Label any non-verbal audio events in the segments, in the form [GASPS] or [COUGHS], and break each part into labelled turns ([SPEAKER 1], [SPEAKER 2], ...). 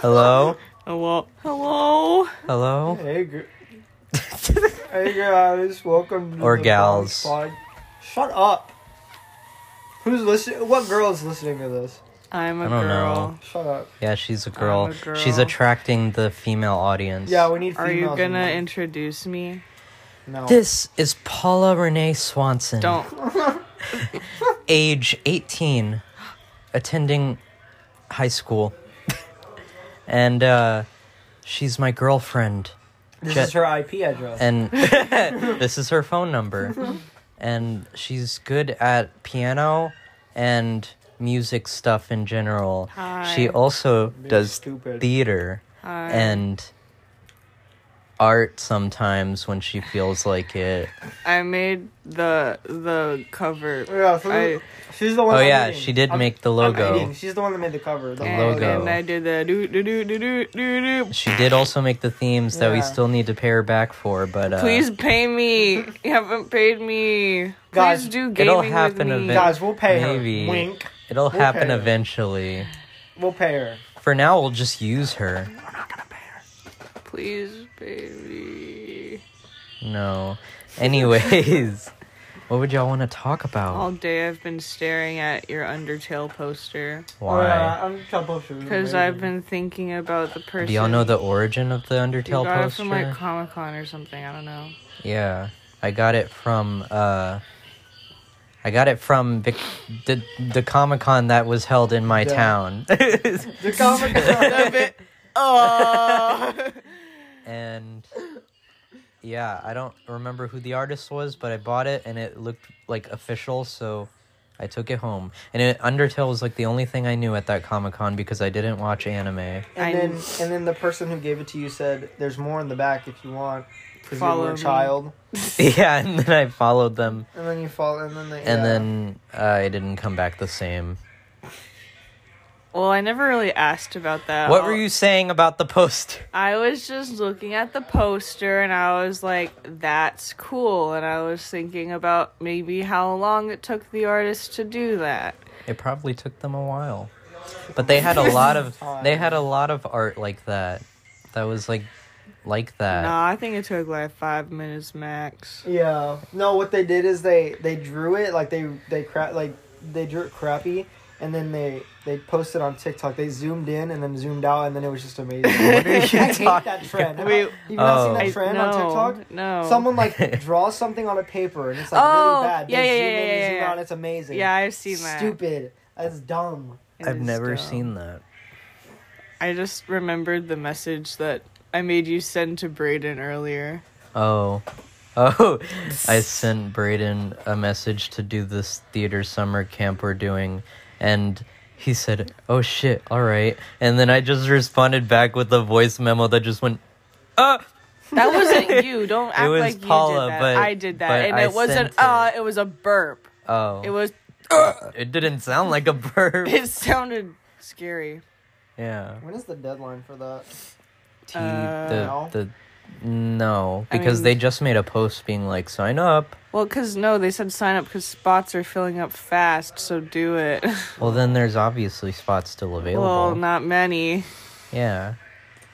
[SPEAKER 1] Hello?
[SPEAKER 2] Hello. Hello.
[SPEAKER 1] Hello? [LAUGHS]
[SPEAKER 3] Hey, gr- hey guys, welcome to
[SPEAKER 1] Or
[SPEAKER 3] the
[SPEAKER 1] gals.
[SPEAKER 3] Bronx Pod. Shut up. Who's listening? What girl is listening to this?
[SPEAKER 2] I'm a
[SPEAKER 1] I don't
[SPEAKER 2] girl.
[SPEAKER 1] know.
[SPEAKER 3] Shut up.
[SPEAKER 1] Yeah, she's a girl.
[SPEAKER 2] I'm a girl.
[SPEAKER 1] She's attracting the female audience.
[SPEAKER 3] Yeah, we need
[SPEAKER 2] Are
[SPEAKER 3] females.
[SPEAKER 2] you
[SPEAKER 3] in
[SPEAKER 2] gonna
[SPEAKER 3] here.
[SPEAKER 2] introduce me?
[SPEAKER 3] no.
[SPEAKER 1] This is Paula Renee Swanson.
[SPEAKER 2] Don't.
[SPEAKER 1] Age 18, attending high
[SPEAKER 2] [LAUGHS]
[SPEAKER 1] school. and uh, she's my girlfriend.
[SPEAKER 3] This
[SPEAKER 1] Jet-
[SPEAKER 3] is her IP
[SPEAKER 2] [LAUGHS]
[SPEAKER 3] address.
[SPEAKER 1] and this is her phone
[SPEAKER 2] Mm-hmm.
[SPEAKER 1] number. And she's good at piano and music stuff in general. She
[SPEAKER 2] Hi.
[SPEAKER 1] also
[SPEAKER 3] Being
[SPEAKER 1] does
[SPEAKER 3] stupid.
[SPEAKER 1] theater
[SPEAKER 2] Hi.
[SPEAKER 1] and art sometimes when she feels like it.
[SPEAKER 2] I made the the cover.
[SPEAKER 3] yeah, so
[SPEAKER 2] I-
[SPEAKER 3] she's the one.
[SPEAKER 1] Oh
[SPEAKER 3] I'm
[SPEAKER 1] yeah,
[SPEAKER 3] eating.
[SPEAKER 1] she did
[SPEAKER 3] I'm-
[SPEAKER 1] make the
[SPEAKER 3] I'm
[SPEAKER 1] logo.
[SPEAKER 3] eating. She's the one that made the cover. The
[SPEAKER 2] and,
[SPEAKER 1] logo.
[SPEAKER 2] and I did the do do do do do do do.
[SPEAKER 1] She did also make the themes that we
[SPEAKER 3] Yeah.
[SPEAKER 1] still need to pay her back for, but uh,
[SPEAKER 2] Please pay me. You haven't paid me.
[SPEAKER 3] Guys,
[SPEAKER 2] Please do gaming
[SPEAKER 1] it'll happen
[SPEAKER 2] with me.
[SPEAKER 1] event-
[SPEAKER 3] Guys, we'll pay
[SPEAKER 1] Maybe.
[SPEAKER 3] her. Wink.
[SPEAKER 1] it'll
[SPEAKER 3] Okay.
[SPEAKER 1] happen eventually.
[SPEAKER 3] We'll pay her.
[SPEAKER 1] For now, we'll just use her.
[SPEAKER 2] Please pay me.
[SPEAKER 1] No. Anyways, [LAUGHS] what would y'all want to talk
[SPEAKER 2] All
[SPEAKER 1] about?
[SPEAKER 2] day I've been staring at your Undertale poster
[SPEAKER 3] Oh,
[SPEAKER 1] Why?
[SPEAKER 3] yeah, I'm trouble for
[SPEAKER 2] because I've been thinking about the person.
[SPEAKER 1] Do y'all know the origin of the
[SPEAKER 2] you
[SPEAKER 1] Undertale
[SPEAKER 2] got it
[SPEAKER 1] poster?
[SPEAKER 2] from like Comic Con or something. I don't know.
[SPEAKER 1] Yeah, I got it from uh, I got it from Vic- the the Comic Con that was held in my
[SPEAKER 3] Yeah. [LAUGHS]
[SPEAKER 1] town,
[SPEAKER 3] The comic.
[SPEAKER 2] [LAUGHS]
[SPEAKER 3] [LAUGHS]
[SPEAKER 2] Oh.
[SPEAKER 1] and yeah, I don't remember who the artist was, but I bought it and it looked like official, so I took it home. And it, Undertale was like the only thing I knew at that Comic Con because I didn't watch anime. [LAUGHS]
[SPEAKER 2] I-
[SPEAKER 3] And then, and then the person who gave it to you said, "There's more in the back if you want." Because you
[SPEAKER 2] Follow
[SPEAKER 3] were a
[SPEAKER 2] me.
[SPEAKER 3] child,
[SPEAKER 1] yeah, and then I followed them,
[SPEAKER 3] and then you fall, and then they,
[SPEAKER 1] and
[SPEAKER 3] yeah.
[SPEAKER 1] then I didn't come back the same.
[SPEAKER 2] [LAUGHS] well, I never really asked about that.
[SPEAKER 1] What
[SPEAKER 2] I'll-
[SPEAKER 1] were you saying about the poster?
[SPEAKER 2] I was just looking at the poster and I was like, that's cool. And I was thinking about maybe how long it took the artist to do that.
[SPEAKER 1] It probably took them a while. But they
[SPEAKER 2] [LAUGHS]
[SPEAKER 1] had a lot of they had a lot of art like that. That was like like that.
[SPEAKER 2] no, I think it took like five minutes max.
[SPEAKER 3] Yeah. No, what they did is they they drew it like they they crap like they drew it crappy, and then they they posted on TikTok. They zoomed in and then zoomed out, and then it was
[SPEAKER 2] [LAUGHS]
[SPEAKER 3] just amazing.
[SPEAKER 1] What are you
[SPEAKER 3] [LAUGHS] I hate that
[SPEAKER 1] talking
[SPEAKER 3] trend. Have
[SPEAKER 2] Wait,
[SPEAKER 3] you not
[SPEAKER 1] Oh.
[SPEAKER 3] seen
[SPEAKER 2] I-
[SPEAKER 3] that trend
[SPEAKER 2] no,
[SPEAKER 3] on TikTok?
[SPEAKER 2] No.
[SPEAKER 1] [LAUGHS]
[SPEAKER 3] Someone like draws something on a paper and it's like
[SPEAKER 2] Oh,
[SPEAKER 3] really bad. They
[SPEAKER 2] yeah, yeah,
[SPEAKER 3] zoom
[SPEAKER 2] yeah,
[SPEAKER 3] in, they
[SPEAKER 2] yeah,
[SPEAKER 3] zoom
[SPEAKER 2] yeah.
[SPEAKER 3] out, it's amazing.
[SPEAKER 2] Yeah, I've seen that.
[SPEAKER 3] Stupid. That's dumb.
[SPEAKER 2] It
[SPEAKER 1] I've
[SPEAKER 2] is
[SPEAKER 1] never
[SPEAKER 2] dumb.
[SPEAKER 1] seen that.
[SPEAKER 2] I just remembered the message that I made you send to Brayden earlier.
[SPEAKER 1] Oh. [LAUGHS]
[SPEAKER 2] [LAUGHS]
[SPEAKER 1] Oh, I sent Braden a message to do this theater summer camp we're doing and he said, "Oh shit, all right." And then I just responded back with a voice memo that just went uh [LAUGHS]
[SPEAKER 2] That wasn't you. Don't act
[SPEAKER 1] was
[SPEAKER 2] like you
[SPEAKER 1] Paula,
[SPEAKER 2] did that.
[SPEAKER 1] but-
[SPEAKER 2] I did that,
[SPEAKER 1] but
[SPEAKER 2] and
[SPEAKER 1] I
[SPEAKER 2] it wasn't.
[SPEAKER 1] sent it.
[SPEAKER 2] Uh, it was a burp.
[SPEAKER 1] oh.
[SPEAKER 2] It was. [LAUGHS]
[SPEAKER 1] it didn't sound like a burp.
[SPEAKER 2] It sounded scary.
[SPEAKER 1] yeah.
[SPEAKER 3] When is the deadline for that?
[SPEAKER 1] T
[SPEAKER 2] Uh,
[SPEAKER 1] the
[SPEAKER 3] No?
[SPEAKER 1] the no
[SPEAKER 2] I
[SPEAKER 1] because
[SPEAKER 2] mean-
[SPEAKER 1] they just made a post being like sign up.
[SPEAKER 2] Well, because no, they said sign up because spots are filling up fast, so do it. [LAUGHS]
[SPEAKER 1] Well, then there's obviously spots still available.
[SPEAKER 2] well, not many.
[SPEAKER 1] yeah,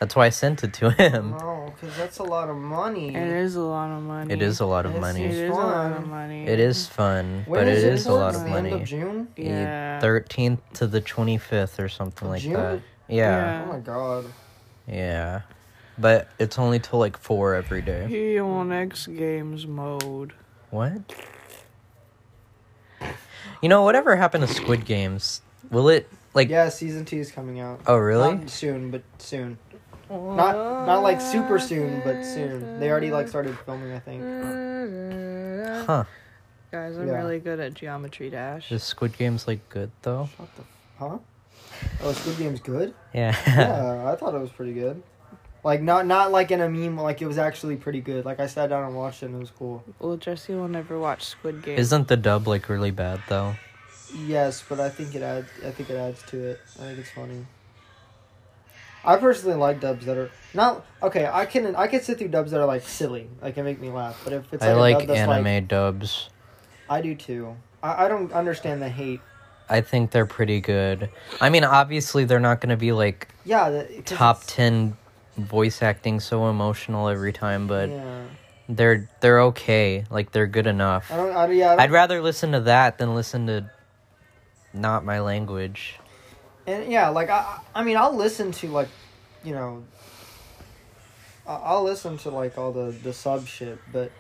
[SPEAKER 1] that's why I sent it to him.
[SPEAKER 3] No, because that's a lot of money.
[SPEAKER 2] It is a lot of money.
[SPEAKER 1] It is a lot of
[SPEAKER 3] Yes,
[SPEAKER 2] It
[SPEAKER 1] money.
[SPEAKER 2] is a lot of money.
[SPEAKER 1] It is fun,
[SPEAKER 3] When
[SPEAKER 1] but it
[SPEAKER 3] is
[SPEAKER 1] is a
[SPEAKER 3] towards
[SPEAKER 1] lot of
[SPEAKER 3] the
[SPEAKER 1] money.
[SPEAKER 3] End of June?
[SPEAKER 2] Yeah.
[SPEAKER 1] Thirteenth to the twenty fifth or something like
[SPEAKER 3] June?
[SPEAKER 1] that. Yeah,
[SPEAKER 3] Oh my god.
[SPEAKER 1] yeah, But it's only till like four every day.
[SPEAKER 2] He on X Games
[SPEAKER 3] [LAUGHS]
[SPEAKER 2] mode.
[SPEAKER 1] What? You know, whatever happened to Squid Games? Will it like?
[SPEAKER 3] Yeah, Um, season two is coming out.
[SPEAKER 1] Oh really?
[SPEAKER 3] Not soon, but soon. Not not like super soon, but soon. They already like started filming, I think.
[SPEAKER 2] Mm. Guys,
[SPEAKER 1] Huh.
[SPEAKER 2] I'm
[SPEAKER 3] Yeah.
[SPEAKER 2] really good at Geometry Dash.
[SPEAKER 1] Is Squid Game's like good though?
[SPEAKER 3] Huh? Oh, Squid Game's good.
[SPEAKER 1] [LAUGHS] Yeah.
[SPEAKER 3] Yeah, I thought it was pretty good. Like not not like in a meme. Like it was actually pretty good. Like I sat down and watched it, and it was cool.
[SPEAKER 2] Well, Jesse will never watch Squid Game.
[SPEAKER 1] Isn't the dub like really bad though?
[SPEAKER 3] Yes, but I think it adds. I think it adds to it. I think it's funny. I personally like dubs that are not okay. I can I can sit through dubs that are like silly, like it make me laugh. But if it's like
[SPEAKER 1] I
[SPEAKER 3] a
[SPEAKER 1] like
[SPEAKER 3] dub that's
[SPEAKER 1] anime
[SPEAKER 3] like
[SPEAKER 1] dubs.
[SPEAKER 3] I do too. I, I don't understand the hate.
[SPEAKER 1] I think they're pretty good. I mean, obviously they're not going to be like
[SPEAKER 3] Yeah, the, 'cause
[SPEAKER 1] top
[SPEAKER 3] it's-
[SPEAKER 1] 10 voice acting so emotional every time, but
[SPEAKER 3] Yeah,
[SPEAKER 1] they're they're okay. Like they're good enough.
[SPEAKER 3] I don't. I, don't- yeah, I don't,
[SPEAKER 1] I'd rather listen to that than listen to not my language.
[SPEAKER 3] and yeah, like I, I I mean, I'll listen to like, you know, I- I'll listen to like all the the sub shit, but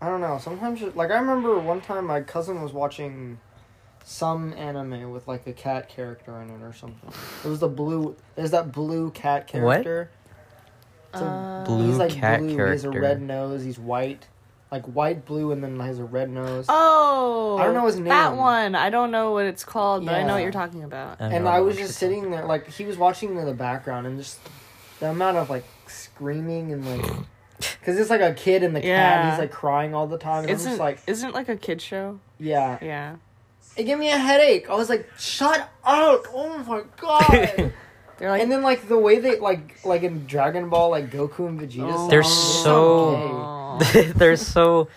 [SPEAKER 3] I don't know. Sometimes, it- like I remember one time my cousin was watching some anime with like a cat character in it or something. It was the blue. There's that blue cat
[SPEAKER 1] What?
[SPEAKER 3] character. It's a-
[SPEAKER 2] Uh,
[SPEAKER 1] Blue
[SPEAKER 3] he's like
[SPEAKER 1] cat
[SPEAKER 3] blue. He has a
[SPEAKER 1] character.
[SPEAKER 3] red nose. He's white, like white blue, and then has a red nose.
[SPEAKER 2] Oh,
[SPEAKER 3] I don't know his
[SPEAKER 2] That
[SPEAKER 3] name.
[SPEAKER 2] one, I don't know what it's called, but I know what
[SPEAKER 3] Yeah.
[SPEAKER 2] you're talking about.
[SPEAKER 1] don't
[SPEAKER 3] and
[SPEAKER 1] know
[SPEAKER 3] I
[SPEAKER 1] what
[SPEAKER 3] was
[SPEAKER 1] you're
[SPEAKER 3] just
[SPEAKER 1] talking
[SPEAKER 3] sitting there, like he was watching in the background, and just the amount of like screaming
[SPEAKER 1] [LAUGHS]
[SPEAKER 3] and like, because it's like a kid and the cat, and
[SPEAKER 2] Yeah.
[SPEAKER 3] he's like crying all the time. And I'm
[SPEAKER 2] Isn't
[SPEAKER 3] just like,
[SPEAKER 2] isn't it like a kid show?
[SPEAKER 3] yeah,
[SPEAKER 2] Yeah.
[SPEAKER 3] it gave me a headache. I was like, shut up! Oh my
[SPEAKER 1] [LAUGHS]
[SPEAKER 3] god!
[SPEAKER 2] They're like
[SPEAKER 3] and then like the way they like like in Dragon Ball, like Goku and Vegeta,
[SPEAKER 2] Oh.
[SPEAKER 3] song,
[SPEAKER 1] They're
[SPEAKER 3] it's
[SPEAKER 1] so-
[SPEAKER 2] Aw.
[SPEAKER 1] [LAUGHS] they're so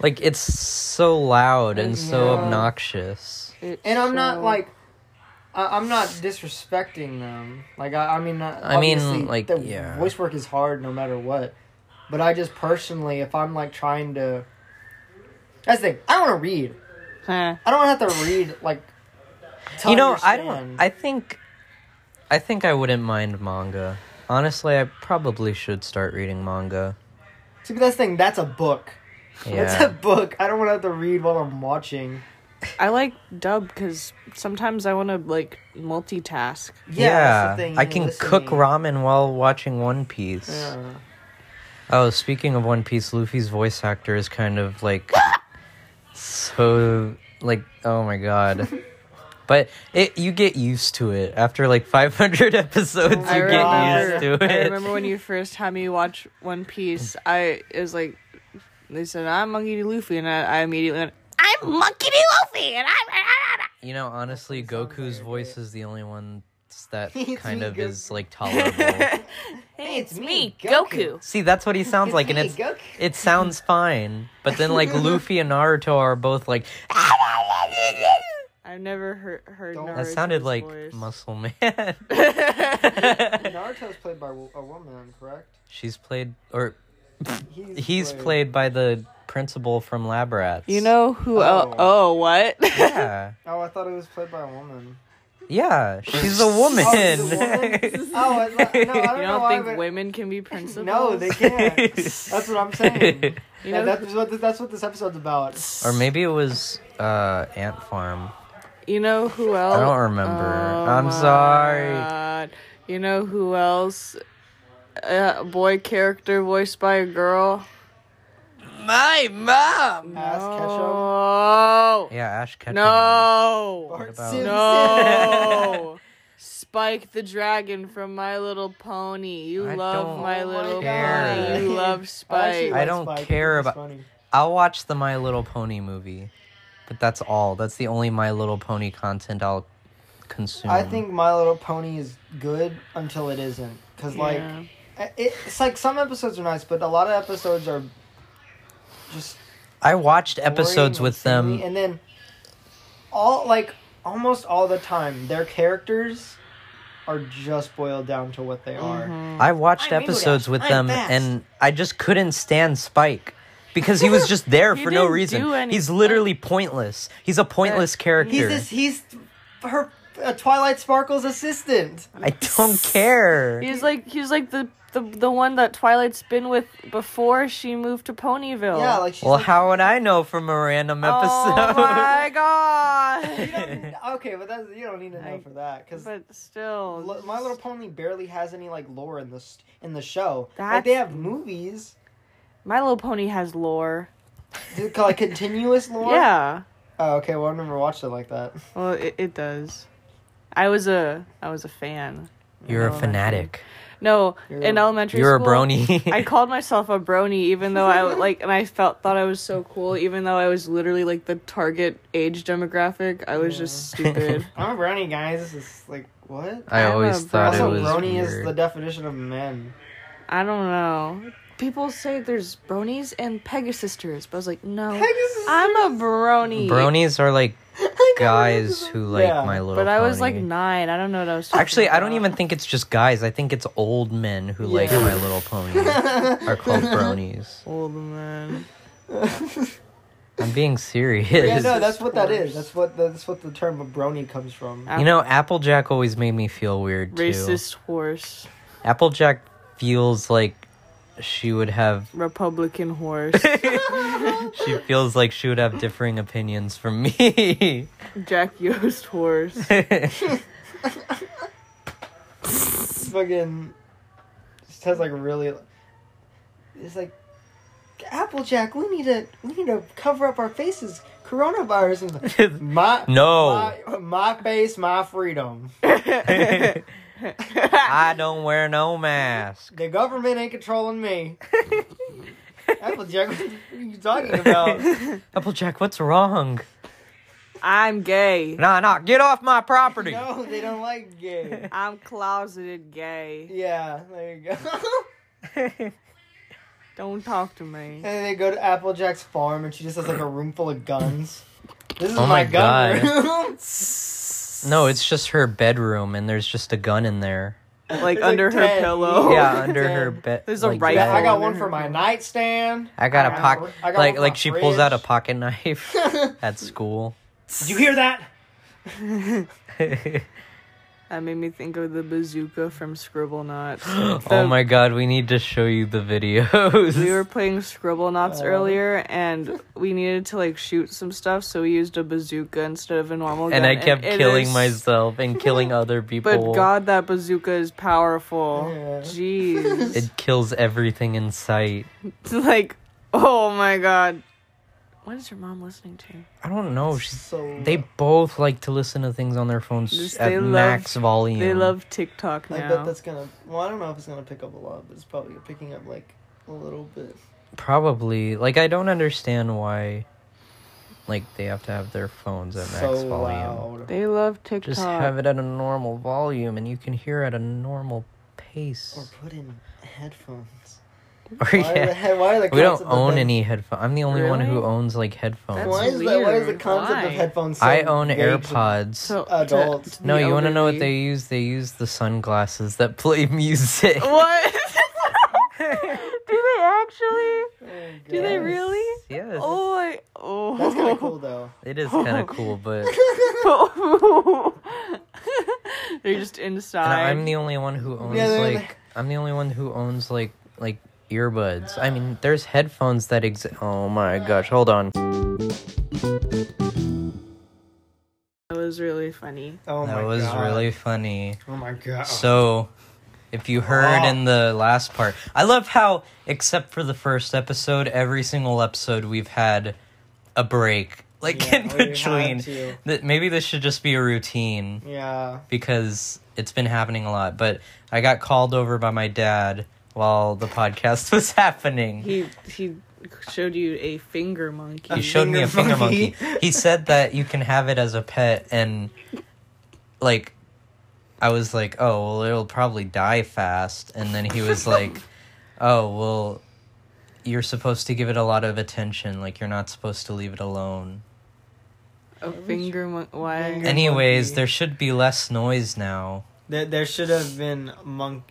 [SPEAKER 1] like it's so loud and so
[SPEAKER 3] Yeah.
[SPEAKER 1] obnoxious.
[SPEAKER 2] It's
[SPEAKER 3] And I'm not
[SPEAKER 2] so-
[SPEAKER 3] like. I- I'm not disrespecting them. Like I, I mean, uh,
[SPEAKER 1] I mean,
[SPEAKER 3] obviously,
[SPEAKER 1] like,
[SPEAKER 3] the
[SPEAKER 1] yeah.
[SPEAKER 3] voice work is hard no matter what. But I just personally, if I'm like trying to, that's the thing. I don't want to read.
[SPEAKER 2] Huh.
[SPEAKER 3] I don't have to read like. to
[SPEAKER 1] you know, I don't
[SPEAKER 3] understand.
[SPEAKER 1] I think I think I wouldn't mind manga. Honestly, I probably should start reading manga.
[SPEAKER 3] See, but that's the thing. That's a book. That's a
[SPEAKER 1] Yeah.
[SPEAKER 3] book. I don't want to have to read while I'm watching.
[SPEAKER 2] I like dub because sometimes I want to like multitask.
[SPEAKER 3] Yeah, that's the thing,
[SPEAKER 1] I
[SPEAKER 3] and
[SPEAKER 1] can
[SPEAKER 3] listening.
[SPEAKER 1] cook ramen while watching One Piece.
[SPEAKER 3] Yeah.
[SPEAKER 1] Oh, speaking of One Piece, Luffy's voice actor is kind of like so like oh my
[SPEAKER 3] [LAUGHS]
[SPEAKER 1] god. But it you get used to it after like 500 episodes.
[SPEAKER 3] my
[SPEAKER 1] you
[SPEAKER 3] God.
[SPEAKER 1] get used to
[SPEAKER 2] I
[SPEAKER 1] it.
[SPEAKER 2] remember when you first had me watch One Piece. I it was like they said I'm Monkey D. Luffy, and I, I immediately went I'm Monkey D. Luffy, and I'm
[SPEAKER 1] You know, honestly, Goku's voice is the only one that
[SPEAKER 3] It's
[SPEAKER 1] kind
[SPEAKER 3] me,
[SPEAKER 1] of
[SPEAKER 3] Goku.
[SPEAKER 1] is like tolerable.
[SPEAKER 3] Hey, it's me, Goku.
[SPEAKER 1] See, that's what he sounds
[SPEAKER 3] It's
[SPEAKER 1] like, and
[SPEAKER 3] me,
[SPEAKER 1] it's
[SPEAKER 3] Goku.
[SPEAKER 1] it sounds fine. But then, like Luffy and Naruto are both like
[SPEAKER 2] I've never heard heard
[SPEAKER 3] Don't-
[SPEAKER 1] that
[SPEAKER 2] Naruto's
[SPEAKER 1] sounded like
[SPEAKER 2] voice.
[SPEAKER 1] Muscle Man. [LAUGHS]
[SPEAKER 3] Naruto's played by wo- a woman, correct?
[SPEAKER 1] She's played, or
[SPEAKER 3] He's,
[SPEAKER 1] he's played by the principal from Lab Rats.
[SPEAKER 2] You know who? Oh,
[SPEAKER 3] Oh.
[SPEAKER 2] oh what? [LAUGHS]
[SPEAKER 1] Yeah,
[SPEAKER 3] Oh, I thought it was played by a woman.
[SPEAKER 1] yeah, she's a woman.
[SPEAKER 2] [LAUGHS]
[SPEAKER 3] Oh, she's a woman? [LAUGHS] Oh, I, no, I don't
[SPEAKER 2] you
[SPEAKER 3] know
[SPEAKER 2] don't
[SPEAKER 3] why,
[SPEAKER 2] think
[SPEAKER 3] but-
[SPEAKER 2] women can be principals?
[SPEAKER 3] No,
[SPEAKER 2] [LAUGHS]
[SPEAKER 3] they can't. That's what I'm saying.
[SPEAKER 2] You know,
[SPEAKER 3] Yeah, that's what that's what this episode's about.
[SPEAKER 1] [LAUGHS] or maybe it was uh, Ant Farm.
[SPEAKER 2] You know who else?
[SPEAKER 1] I don't remember.
[SPEAKER 2] Oh
[SPEAKER 1] I'm
[SPEAKER 2] my
[SPEAKER 1] sorry.
[SPEAKER 2] God. You know who else? A boy character voiced by a girl.
[SPEAKER 1] My mom.
[SPEAKER 3] Ass ketchup.
[SPEAKER 2] No.
[SPEAKER 1] Yeah, Ash Ketchum.
[SPEAKER 2] No.
[SPEAKER 3] Bart
[SPEAKER 1] about-
[SPEAKER 3] Simpson. oh
[SPEAKER 2] No. Spike the dragon from My Little Pony. You
[SPEAKER 1] I
[SPEAKER 2] love
[SPEAKER 1] don't
[SPEAKER 2] My Little
[SPEAKER 1] care.
[SPEAKER 2] Pony. You love
[SPEAKER 3] Oh, I actually
[SPEAKER 2] Spike.
[SPEAKER 1] I
[SPEAKER 3] like
[SPEAKER 1] don't
[SPEAKER 3] Spike.
[SPEAKER 1] care
[SPEAKER 3] He's
[SPEAKER 1] about-
[SPEAKER 3] funny.
[SPEAKER 1] I'll watch the My Little Pony movie, but that's all. That's the only My Little Pony content I'll consume.
[SPEAKER 3] I think My Little Pony is good until it isn't, because
[SPEAKER 2] Yeah.
[SPEAKER 3] like i- it, it's like some episodes are nice, but a lot of episodes are just
[SPEAKER 1] I watched
[SPEAKER 3] boring
[SPEAKER 1] episodes
[SPEAKER 3] and
[SPEAKER 1] with
[SPEAKER 3] silly,
[SPEAKER 1] them.
[SPEAKER 3] and then all like almost all the time their characters are just boiled down to what they are.
[SPEAKER 1] I watched
[SPEAKER 3] I'm Mewtwo.
[SPEAKER 1] episodes with
[SPEAKER 3] I'm
[SPEAKER 1] them,
[SPEAKER 3] fast.
[SPEAKER 1] and I just couldn't stand Spike because he was just there
[SPEAKER 2] [LAUGHS] He
[SPEAKER 1] for no
[SPEAKER 2] didn't
[SPEAKER 1] reason.
[SPEAKER 2] do any-
[SPEAKER 1] He's literally pointless. He's a pointless character.
[SPEAKER 3] He's this. He's her uh, Twilight Sparkle's assistant.
[SPEAKER 1] I don't care.
[SPEAKER 2] [LAUGHS] He's like he's like the, the the one that Twilight's been with before she moved to Ponyville.
[SPEAKER 3] Yeah, like she's
[SPEAKER 1] Well,
[SPEAKER 3] like,
[SPEAKER 1] how would I know from a random episode?
[SPEAKER 2] Oh my god!
[SPEAKER 3] You don't- [LAUGHS] okay, but that's you don't need to know
[SPEAKER 2] I-
[SPEAKER 3] for that because
[SPEAKER 2] but still,
[SPEAKER 3] My Little Pony barely has any like lore in this in the show.
[SPEAKER 2] That's-
[SPEAKER 3] Like they have movies,
[SPEAKER 2] My Little Pony has lore.
[SPEAKER 3] Is it called, like continuous lore.
[SPEAKER 2] Yeah.
[SPEAKER 3] Oh, okay. Well, I've never watched it like that.
[SPEAKER 2] Well, it, it does. I was a I was a fan.
[SPEAKER 1] [LAUGHS] You're a
[SPEAKER 2] Oh,
[SPEAKER 1] fanatic.
[SPEAKER 2] No,
[SPEAKER 3] You're-
[SPEAKER 2] in elementary
[SPEAKER 1] You're a
[SPEAKER 2] school,
[SPEAKER 1] brony. [LAUGHS]
[SPEAKER 2] I called myself a brony, even though I like, and I felt thought I was so cool, even though I was literally like the target age demographic. I was just
[SPEAKER 3] [LAUGHS]
[SPEAKER 2] stupid.
[SPEAKER 3] I'm a Oh, brownie, guys. This is like what?
[SPEAKER 1] I
[SPEAKER 2] I'm a
[SPEAKER 1] always thought it
[SPEAKER 3] also,
[SPEAKER 1] was
[SPEAKER 3] brony is
[SPEAKER 1] weird.
[SPEAKER 3] the definition of men.
[SPEAKER 2] I don't know. People say there's bronies and Pegasisters, but I was like, no,
[SPEAKER 3] Pegasisters?
[SPEAKER 2] I'm a brony.
[SPEAKER 1] Bronies are like
[SPEAKER 3] think [LAUGHS] I
[SPEAKER 1] guys
[SPEAKER 3] remember
[SPEAKER 1] who
[SPEAKER 3] that.
[SPEAKER 1] like
[SPEAKER 3] Yeah,
[SPEAKER 1] My Little
[SPEAKER 2] But I was like
[SPEAKER 1] Pony.
[SPEAKER 2] nine. I don't know what I was. talking
[SPEAKER 1] Actually, I don't
[SPEAKER 2] about.
[SPEAKER 1] even think it's just guys. I think it's old men who like
[SPEAKER 3] Yeah.
[SPEAKER 1] My Little
[SPEAKER 3] [LAUGHS]
[SPEAKER 1] Pony are called bronies.
[SPEAKER 2] Old man.
[SPEAKER 1] I'm being serious.
[SPEAKER 3] yeah,
[SPEAKER 2] is
[SPEAKER 3] no,
[SPEAKER 2] this
[SPEAKER 3] that's what that is.
[SPEAKER 2] course?
[SPEAKER 3] That's what that's what the term of brony comes from.
[SPEAKER 1] you know, Applejack always made me feel weird too.
[SPEAKER 2] Racist horse.
[SPEAKER 1] Applejack feels like she would
[SPEAKER 3] [LAUGHS]
[SPEAKER 1] have
[SPEAKER 2] Republican horse. [LAUGHS]
[SPEAKER 1] she feels like she would have differing opinions from
[SPEAKER 3] [LAUGHS]
[SPEAKER 1] me. [LAUGHS]
[SPEAKER 2] Jack Yost horse.
[SPEAKER 3] It's fucking just has like really. It's like Applejack. We need to we need to cover up our faces. Coronavirus and [LAUGHS] my
[SPEAKER 1] No.
[SPEAKER 3] my, my face, my freedom.
[SPEAKER 1] [LAUGHS] I don't wear no mask.
[SPEAKER 3] The government ain't controlling me. Applejack, what are you talking about?
[SPEAKER 1] Applejack, what's wrong?
[SPEAKER 2] I'm gay.
[SPEAKER 1] Nah, nah, get off my property.
[SPEAKER 3] No, they don't like
[SPEAKER 2] [LAUGHS]
[SPEAKER 3] gay.
[SPEAKER 2] I'm closeted
[SPEAKER 3] [LAUGHS]
[SPEAKER 2] gay.
[SPEAKER 3] Yeah, there you go. [LAUGHS]
[SPEAKER 2] Don't talk to me.
[SPEAKER 3] and then they go to Applejack's farm, and she just has like a room full of guns. This is
[SPEAKER 1] Oh
[SPEAKER 3] my,
[SPEAKER 1] my
[SPEAKER 3] gun
[SPEAKER 1] God.
[SPEAKER 2] [LAUGHS]
[SPEAKER 3] room.
[SPEAKER 1] No, it's just her bedroom, and there's just a gun in there.
[SPEAKER 2] Like
[SPEAKER 3] There's,
[SPEAKER 2] under
[SPEAKER 3] like,
[SPEAKER 2] her
[SPEAKER 3] 10.
[SPEAKER 2] pillow.
[SPEAKER 1] [LAUGHS] yeah, under her
[SPEAKER 3] Dead.
[SPEAKER 1] bed.
[SPEAKER 2] There's a
[SPEAKER 1] bed.
[SPEAKER 2] rifle.
[SPEAKER 3] Yeah, I got one
[SPEAKER 2] Yeah.
[SPEAKER 3] for my nightstand.
[SPEAKER 1] I got
[SPEAKER 2] I
[SPEAKER 1] a
[SPEAKER 2] got
[SPEAKER 3] one-
[SPEAKER 1] pocket.
[SPEAKER 3] I got one
[SPEAKER 1] Like,
[SPEAKER 3] for
[SPEAKER 1] like
[SPEAKER 3] my
[SPEAKER 1] she pulls out a
[SPEAKER 3] fridge.
[SPEAKER 1] pocket
[SPEAKER 2] [LAUGHS]
[SPEAKER 1] knife at school. Oh
[SPEAKER 3] Did you hear that?
[SPEAKER 2] That made me think of the bazooka from Scribble Knots.
[SPEAKER 1] [GASPS] oh my god, we need to show you the videos.
[SPEAKER 2] We were playing Scribble Knots
[SPEAKER 3] Uh.
[SPEAKER 2] earlier, and we needed to like shoot some stuff, so we used a bazooka instead of a normal gun.
[SPEAKER 1] [LAUGHS] and I kept
[SPEAKER 2] it
[SPEAKER 1] killing
[SPEAKER 2] is-
[SPEAKER 1] myself and
[SPEAKER 2] [LAUGHS]
[SPEAKER 1] killing other people.
[SPEAKER 2] But God, that bazooka is powerful.
[SPEAKER 3] Yeah.
[SPEAKER 2] Jeez,
[SPEAKER 1] It kills everything in sight.
[SPEAKER 2] [LAUGHS] it's like, oh my God, what is your mom listening to?
[SPEAKER 1] I don't know. She's,
[SPEAKER 3] So
[SPEAKER 1] Oh, they both like to listen to things on their phones
[SPEAKER 2] Just-
[SPEAKER 1] at
[SPEAKER 2] they love-
[SPEAKER 1] max volume.
[SPEAKER 2] They love TikTok
[SPEAKER 3] I
[SPEAKER 2] now.
[SPEAKER 3] bet that's gonna. Well, I don't know if it's gonna pick up a lot, but it's probably picking up like a little bit.
[SPEAKER 1] Probably. Like, I don't understand why, like, they have to have their phones at max
[SPEAKER 3] so
[SPEAKER 1] volume.
[SPEAKER 3] loud.
[SPEAKER 2] they love TikTok.
[SPEAKER 1] Just have it at a normal volume and you can hear at a normal [LAUGHS]
[SPEAKER 3] Or
[SPEAKER 1] pace.
[SPEAKER 3] put in headphones.
[SPEAKER 1] Or,
[SPEAKER 3] Why, are the,
[SPEAKER 1] [LAUGHS] yeah.
[SPEAKER 3] he- why are the
[SPEAKER 1] We don't
[SPEAKER 3] concept of
[SPEAKER 1] own
[SPEAKER 3] head-
[SPEAKER 1] any headphones. I'm the only one who
[SPEAKER 2] Really?
[SPEAKER 1] owns, like, headphones.
[SPEAKER 3] Why is, the,
[SPEAKER 2] That's
[SPEAKER 3] why is the
[SPEAKER 2] weird.
[SPEAKER 3] concept
[SPEAKER 2] Why?
[SPEAKER 3] of headphones? So
[SPEAKER 1] I own
[SPEAKER 3] vague to-
[SPEAKER 1] AirPods.
[SPEAKER 2] So- to-
[SPEAKER 3] Adults.
[SPEAKER 2] to
[SPEAKER 1] No,
[SPEAKER 2] the
[SPEAKER 1] you want to know what
[SPEAKER 2] elderly.
[SPEAKER 1] they use? They use the sunglasses that play [LAUGHS] music.
[SPEAKER 2] [LAUGHS]
[SPEAKER 3] [LAUGHS]
[SPEAKER 2] What? Do they actually?
[SPEAKER 3] Oh,
[SPEAKER 2] Do they
[SPEAKER 3] God.
[SPEAKER 2] really?
[SPEAKER 1] Yes.
[SPEAKER 2] Oh, I, oh.
[SPEAKER 3] That's kind of cool though.
[SPEAKER 1] It is kind of cool, but
[SPEAKER 2] [LAUGHS] oh. They're just inside.
[SPEAKER 1] and I'm the only one who owns
[SPEAKER 3] Yeah, they're the-
[SPEAKER 1] like I'm the only one who owns like like earbuds. I mean, there's headphones that exist. Oh my gosh, hold on.
[SPEAKER 2] That was really funny.
[SPEAKER 3] Oh my
[SPEAKER 1] that was
[SPEAKER 3] God.
[SPEAKER 1] really funny.
[SPEAKER 3] Oh my god.
[SPEAKER 1] So, if you heard
[SPEAKER 3] Wow.
[SPEAKER 1] in the last part, I love how except for the first episode, every single episode we've had a break like
[SPEAKER 3] Yeah,
[SPEAKER 1] in
[SPEAKER 3] we had
[SPEAKER 1] between.
[SPEAKER 3] to.
[SPEAKER 1] That maybe this should just be a routine.
[SPEAKER 3] Yeah.
[SPEAKER 1] because it's been happening a lot. But I got called over by my dad while the podcast [LAUGHS] was happening. He,
[SPEAKER 2] He he showed you a finger monkey.
[SPEAKER 3] He
[SPEAKER 1] showed me a
[SPEAKER 3] Finger
[SPEAKER 1] finger
[SPEAKER 3] monkey.
[SPEAKER 1] monkey. He said that you can have it as a pet, and like, I was like, oh, well, it'll probably die fast. And then he
[SPEAKER 3] [LAUGHS]
[SPEAKER 1] was like, oh, well, you're supposed to give it a lot of attention. Like, you're not supposed to leave it alone.
[SPEAKER 2] a finger monkey.
[SPEAKER 3] Finger-
[SPEAKER 2] Why?
[SPEAKER 1] Anyways,
[SPEAKER 3] monkey.
[SPEAKER 1] there should be less noise now.
[SPEAKER 3] There, there should have been monk.